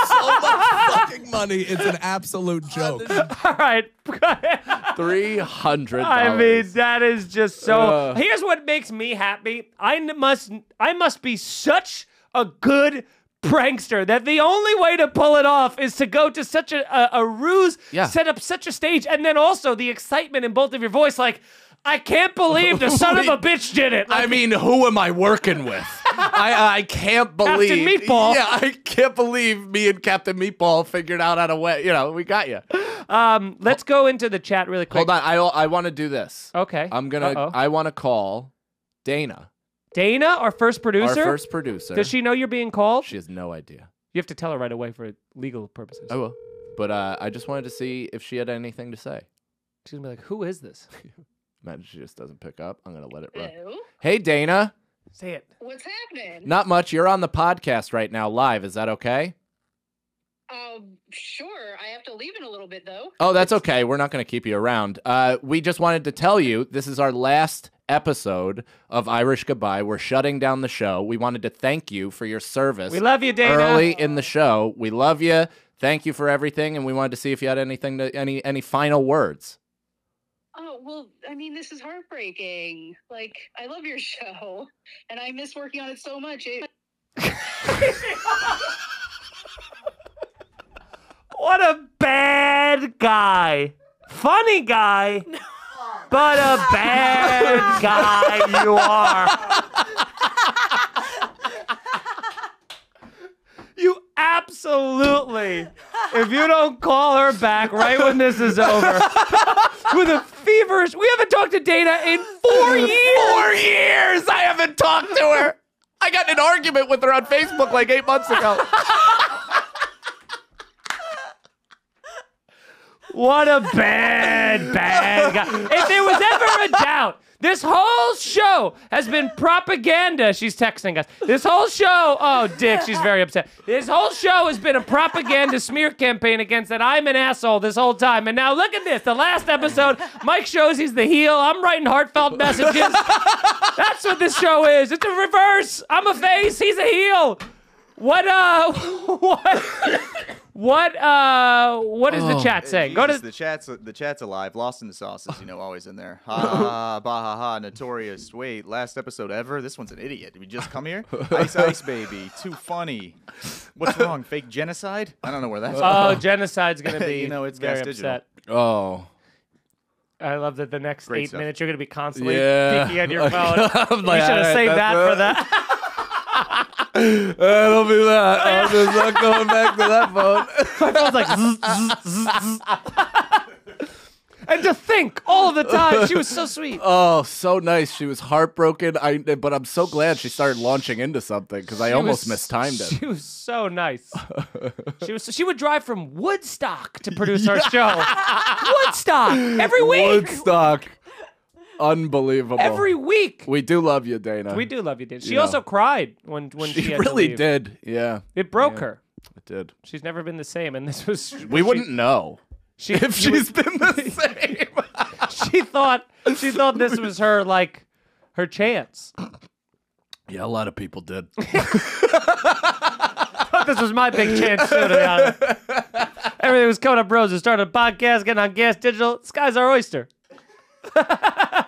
Speaker 8: fucking money. It's an absolute joke.
Speaker 4: [laughs] All right. [laughs]
Speaker 5: Three hundred.
Speaker 4: I mean, that is just so.
Speaker 5: Uh.
Speaker 4: Here's what makes me happy. I n- must. I must be such a good prankster that the only way to pull it off is to go to such a a, a ruse,
Speaker 5: Yeah.
Speaker 4: set up such a stage, and then also the excitement in both of your voice, like. I can't believe the
Speaker 5: [laughs]
Speaker 4: son of a bitch did it.
Speaker 5: I mean, who am I
Speaker 4: [laughs]
Speaker 5: working with? I I can't believe
Speaker 4: Meatball.
Speaker 5: Yeah, I can't believe me and Captain Meatball figured out how to wet. You know, we got you.
Speaker 4: Um, let's go into the chat really quick.
Speaker 5: Hold on, I I want to do this.
Speaker 4: Okay.
Speaker 5: I'm gonna.
Speaker 4: Oh. Uh-oh.
Speaker 5: I want to call Dana,
Speaker 4: Dana, our first producer.
Speaker 5: our first producer.
Speaker 4: Does she know you're being called?
Speaker 5: She has no idea.
Speaker 4: you have to tell her right away for legal purposes.
Speaker 5: I will. But uh, I just wanted to see if she had anything to say.
Speaker 4: She's gonna be like, "Who is this?" [laughs]
Speaker 5: Imagine she just doesn't pick up. I'm gonna let it run.
Speaker 11: Hello?
Speaker 5: Hey, Dana.
Speaker 4: Say it.
Speaker 11: What's happening?
Speaker 5: Not much. You're on the podcast right now, live. Is that okay?
Speaker 11: Um, sure. I have to leave in a little bit though.
Speaker 5: Oh, that's okay. We're not going to keep you around. Uh, we just wanted to tell you this is our last episode of Irish Goodbye. We're shutting down the show. We wanted to thank you for your service.
Speaker 4: We love you, Dana.
Speaker 5: Early in the show, we love you. Thank you for everything, and we wanted to see if you had anything to any any final words.
Speaker 11: Oh, well, I mean, this is heartbreaking. Like, I love your [laughs] show and I miss working on it so much. It-
Speaker 4: What a bad guy. Funny guy, but a bad guy you are. You absolutely, if you don't call her back right when this is over, with a feverish, we haven't talked to Dana in four years.
Speaker 5: Four years. I haven't talked to her. I got in an argument with her on Facebook like eight months ago.
Speaker 4: What a bad, bad guy. If there was ever a doubt, this whole show has been propaganda. She's texting us. This whole show, oh, Dick, she's very upset. This whole show has been a propaganda smear campaign against that I'm an asshole this whole time. And now look at this. The last episode, Mike shows he's the heel. I'm writing heartfelt messages. That's what this show is. It's a reverse. I'm a face. He's a heel. [laughs] What, uh, what? What uh what is the chat saying? Go to
Speaker 1: Jesus, the chat's the chat's alive. Lost in the sauce is you know always in there. Ha ha ha, bah ha ha. Notorious. Wait, last episode ever. This one's an idiot. Did we just
Speaker 4: [laughs]
Speaker 1: come here? Ice Ice Baby. Too funny. What's wrong? Fake genocide? I don't know where that's.
Speaker 5: [laughs]
Speaker 4: Oh, [laughs] genocide's gonna be
Speaker 1: you know it's
Speaker 4: very
Speaker 1: Gas Digital.
Speaker 4: upset.
Speaker 5: Oh.
Speaker 4: I love that the next
Speaker 1: Great
Speaker 4: eight
Speaker 1: stuff.
Speaker 4: minutes you're going to be constantly
Speaker 5: Yeah.
Speaker 4: peeking at your
Speaker 5: [laughs] Like,
Speaker 4: phone.
Speaker 5: I'm like,
Speaker 4: you should have
Speaker 5: "Alright,
Speaker 4: saved
Speaker 5: that's
Speaker 4: that for
Speaker 5: it." [laughs]
Speaker 4: that.
Speaker 5: That'll be that. I'm just not going back to that phone.
Speaker 4: My phone's like, zzz, zzz, zzz, zzz. and to think all the time, she
Speaker 5: [laughs]
Speaker 4: was so sweet.
Speaker 5: Oh, so nice. She was heartbroken. I, but I'm so glad she started launching into something because I
Speaker 4: She
Speaker 5: almost
Speaker 4: was-
Speaker 5: mistimed it.
Speaker 4: [laughs] She was
Speaker 5: [laughs]
Speaker 4: so nice. she was. She would drive from Woodstock to produce our
Speaker 5: [laughs]
Speaker 4: show. Woodstock every week. [laughs]
Speaker 5: Woodstock. Unbelievable.
Speaker 4: Every week.
Speaker 5: We do love you, Dana.
Speaker 4: We do love you, dude. She
Speaker 5: Yeah.
Speaker 4: also cried when when she,
Speaker 5: She,
Speaker 4: had to
Speaker 5: really
Speaker 4: leave.
Speaker 5: did. Yeah,
Speaker 4: It broke her.
Speaker 5: it did.
Speaker 4: She's never been the same, and this was
Speaker 5: We
Speaker 4: she-
Speaker 5: wouldn't
Speaker 4: [laughs]
Speaker 5: know
Speaker 4: she,
Speaker 5: [laughs] if
Speaker 4: she
Speaker 5: she's been the same.
Speaker 4: she thought she
Speaker 5: [laughs]
Speaker 4: thought this was her like her chance.
Speaker 5: yeah, a lot of people did.
Speaker 4: Thought this was my big chance too. To be honest. Everything was coming up roses. Started a podcast, getting on Gas Digital. Sky's our oyster. [laughs]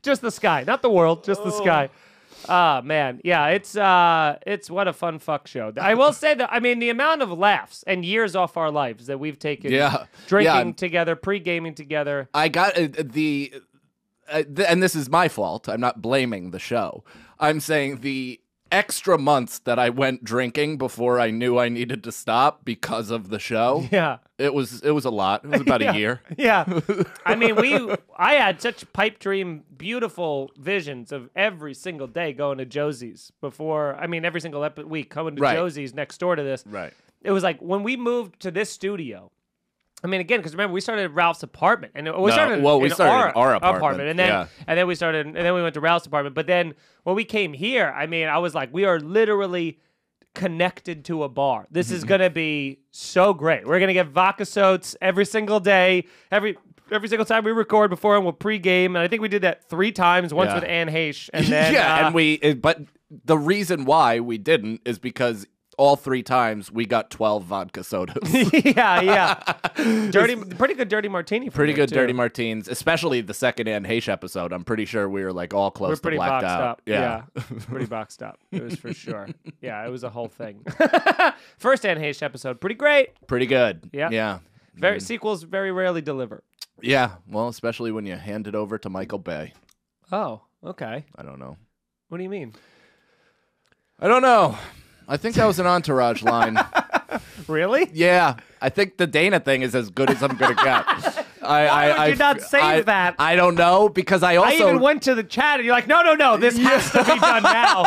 Speaker 4: just the sky, not the world. Just the sky.
Speaker 5: Oh.
Speaker 4: Ah man, yeah, it's uh, it's what a fun fuck show. I will say that I mean the amount of laughs and years off our lives that we've taken,
Speaker 5: Yeah. Yeah,
Speaker 4: drinking
Speaker 5: I'm-
Speaker 4: together, pre gaming together.
Speaker 5: I got uh, the, uh, th- and this is my fault. I'm not blaming the show. I'm saying the extra months that I went drinking before I knew I needed to stop because of the show.
Speaker 4: Yeah.
Speaker 5: It was it was a lot. It was about
Speaker 4: [laughs] Yeah.
Speaker 5: a year.
Speaker 4: Yeah. I mean, we I had such pipe dream beautiful visions of every single day going to Josie's before, I mean, every single epi- week going to
Speaker 5: Right.
Speaker 4: Josie's next door to this.
Speaker 5: Right.
Speaker 4: It was like when we moved to this studio. I mean, again, because remember we started at Ralph's apartment, and we started
Speaker 5: well, we
Speaker 4: in
Speaker 5: started
Speaker 4: our,
Speaker 5: in our apartment,
Speaker 4: and then
Speaker 5: yeah.
Speaker 4: and then we started, and then we went to Ralph's apartment. But then when we came here, I mean, I was like, we are literally connected to a bar. This
Speaker 5: Mm-hmm.
Speaker 4: is gonna be so great. We're gonna get vodka soats every single day, every every single time we record before and we'll pregame. And I think we did that three times, once
Speaker 5: Yeah.
Speaker 4: with
Speaker 5: [laughs]
Speaker 4: Anne Heche, [laughs] and then
Speaker 5: yeah,
Speaker 4: uh,
Speaker 5: and we it, but the reason why we didn't is because all three times we got 12 vodka sodas.
Speaker 4: [laughs] [laughs]
Speaker 5: [laughs]
Speaker 4: yeah, yeah, dirty, pretty good dirty martini. from
Speaker 5: Pretty
Speaker 4: there,
Speaker 5: good
Speaker 4: too.
Speaker 5: dirty martins, especially the second Anne Heche episode. I'm pretty sure we were like all close
Speaker 4: We're pretty
Speaker 5: to blacked
Speaker 4: boxed
Speaker 5: out.
Speaker 4: up. Yeah. [laughs] pretty boxed up. It was for [laughs] sure. Yeah, it was a whole thing. [laughs] First Anne Heche episode, pretty great.
Speaker 5: pretty good.
Speaker 4: Yeah.
Speaker 5: yeah,
Speaker 4: Very sequels very rarely deliver.
Speaker 5: yeah. Well, especially when you hand it over to Michael Bay.
Speaker 4: Oh, okay.
Speaker 5: I don't know.
Speaker 4: What do you mean?
Speaker 5: I don't know. I think that was an entourage
Speaker 4: [laughs]
Speaker 5: line.
Speaker 4: Really?
Speaker 5: Yeah, I think the Dana thing is as good as I'm gonna
Speaker 4: [laughs]
Speaker 5: get. I,
Speaker 4: Why
Speaker 5: I,
Speaker 4: would you
Speaker 5: I,
Speaker 4: not save
Speaker 5: I-
Speaker 4: that?
Speaker 5: I don't know because I also
Speaker 4: [laughs] I even went to the chat and you're like, no, no, no, this has to be done [laughs] now.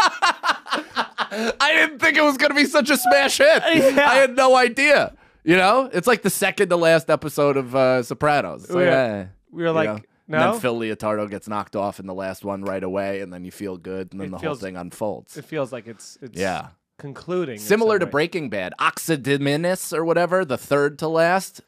Speaker 5: I didn't think it was going to be such a smash hit.
Speaker 4: [laughs] Yeah.
Speaker 5: I had no idea. You know, it's like the second to last episode of uh, Sopranos. It's like,
Speaker 4: Yeah.
Speaker 5: eh,
Speaker 4: We were
Speaker 5: you
Speaker 4: like,
Speaker 5: know?
Speaker 4: no?
Speaker 5: And then Phil Leotardo gets knocked off in the last one right away, and then you feel good, and then
Speaker 4: It
Speaker 5: the
Speaker 4: feels-
Speaker 5: whole thing unfolds.
Speaker 4: It feels like it's it's
Speaker 5: Yeah.
Speaker 4: concluding. in
Speaker 5: Similar
Speaker 4: some
Speaker 5: to
Speaker 4: way.
Speaker 5: Breaking Bad, Oxydominus or whatever, the third to last.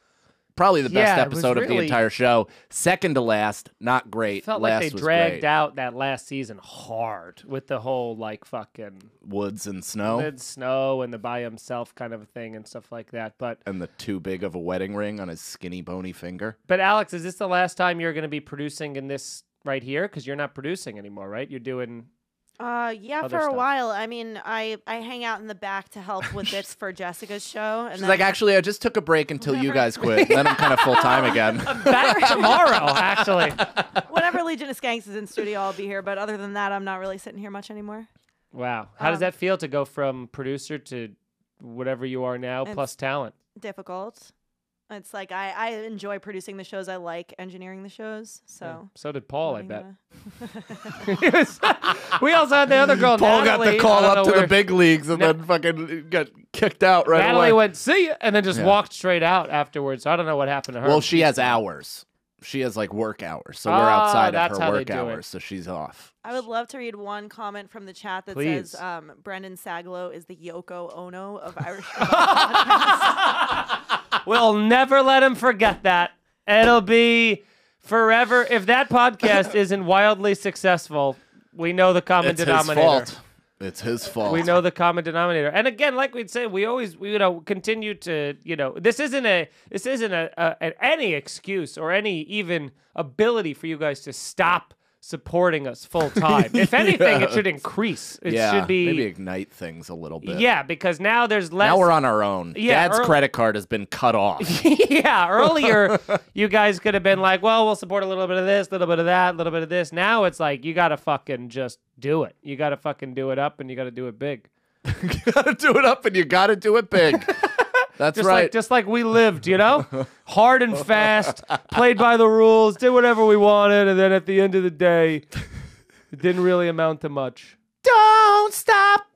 Speaker 5: Probably the best
Speaker 4: Yeah, it was
Speaker 5: episode of the
Speaker 4: really-
Speaker 5: entire show. Second to last, not great.
Speaker 4: It felt
Speaker 5: last
Speaker 4: like they
Speaker 5: was
Speaker 4: dragged
Speaker 5: great.
Speaker 4: out that last season hard with the whole like fucking
Speaker 5: Woods and Snow,
Speaker 4: Lid Snow and the by himself kind of thing and stuff like that. But
Speaker 5: and the too big of a wedding ring on his skinny, bony finger.
Speaker 4: But Alex, is this the last time you're going to be producing in this right here? Because you're not producing anymore, right?
Speaker 5: [laughs]
Speaker 4: You're doing.
Speaker 7: Uh, yeah,
Speaker 4: Other
Speaker 7: for
Speaker 4: stuff.
Speaker 7: a while. I mean, I I hang out in the back to help with bits for Jessica's show, and
Speaker 5: She's
Speaker 7: then
Speaker 5: like, actually, I just took a break until you guys quit. and then I'm kind of full time again.
Speaker 7: [laughs]
Speaker 4: Back tomorrow, actually.
Speaker 7: whenever Legion of Skanks is in studio, I'll be here. But other than that, I'm not really sitting here much anymore.
Speaker 4: Wow. How does
Speaker 7: Um,
Speaker 4: that feel to go from producer to whatever you are now
Speaker 7: It's-
Speaker 4: plus talent?
Speaker 7: Difficult. It's like I I enjoy producing the shows. I like engineering the shows. So.
Speaker 4: So did Paul, Oh, I
Speaker 7: I'm
Speaker 4: bet.
Speaker 7: gonna-
Speaker 4: [laughs] we also had [laughs] the other girl,
Speaker 5: Paul
Speaker 4: Natalie.
Speaker 5: got the call
Speaker 4: I don't
Speaker 5: up to
Speaker 4: know
Speaker 5: the
Speaker 4: where-
Speaker 5: big leagues and
Speaker 4: Na-
Speaker 5: then fucking got kicked out right
Speaker 4: Natalie
Speaker 5: away.
Speaker 4: went, see ya, and then just
Speaker 5: Yeah.
Speaker 4: walked straight out afterwards. So I don't know what happened to her.
Speaker 5: well, she has hours. She has like work hours, so we're
Speaker 4: Ah,
Speaker 5: outside of
Speaker 4: that's
Speaker 5: her
Speaker 4: how they
Speaker 5: work
Speaker 4: do it.
Speaker 5: hours, so she's off.
Speaker 7: I would love to read one comment from the chat that
Speaker 4: Please.
Speaker 7: says um, Brendan Saglow is the Yoko Ono of
Speaker 4: [laughs]
Speaker 7: Irish. podcasts."
Speaker 4: We'll never let him forget that. It'll be forever.
Speaker 5: [laughs]
Speaker 4: If that podcast isn't wildly successful, we know the common
Speaker 5: It's his
Speaker 4: denominator.
Speaker 5: fault. It's his fault.
Speaker 4: We know the common denominator. And again, like we'd say, we always we you know continue to you know this isn't a this isn't a, a, a- any excuse or any even ability for you guys to stop supporting us
Speaker 5: [laughs]
Speaker 4: full time. if anything, it should
Speaker 5: Yes.
Speaker 4: increase. It
Speaker 5: yeah,
Speaker 4: should be
Speaker 5: maybe ignite things a little bit.
Speaker 4: yeah because now there's less.
Speaker 5: Now we're on our own.
Speaker 4: Yeah,
Speaker 5: Dad's
Speaker 4: earl-
Speaker 5: credit card has been cut off.
Speaker 4: [laughs]
Speaker 5: [laughs]
Speaker 4: yeah, earlier you guys could have been like, well, we'll support a little bit of this, a little bit of that, a little bit of this. Now it's like you got to fucking just do it. You got to fucking do it up and you got to do it big.
Speaker 5: you got to do it up and you got to do it
Speaker 4: [laughs]
Speaker 5: big. That's
Speaker 4: just
Speaker 5: right.
Speaker 4: Like, just like we lived,
Speaker 5: [laughs]
Speaker 4: you know? Hard and fast, played by the rules, did whatever we wanted, and then at the end of the day, it didn't really amount to much.
Speaker 5: Don't stop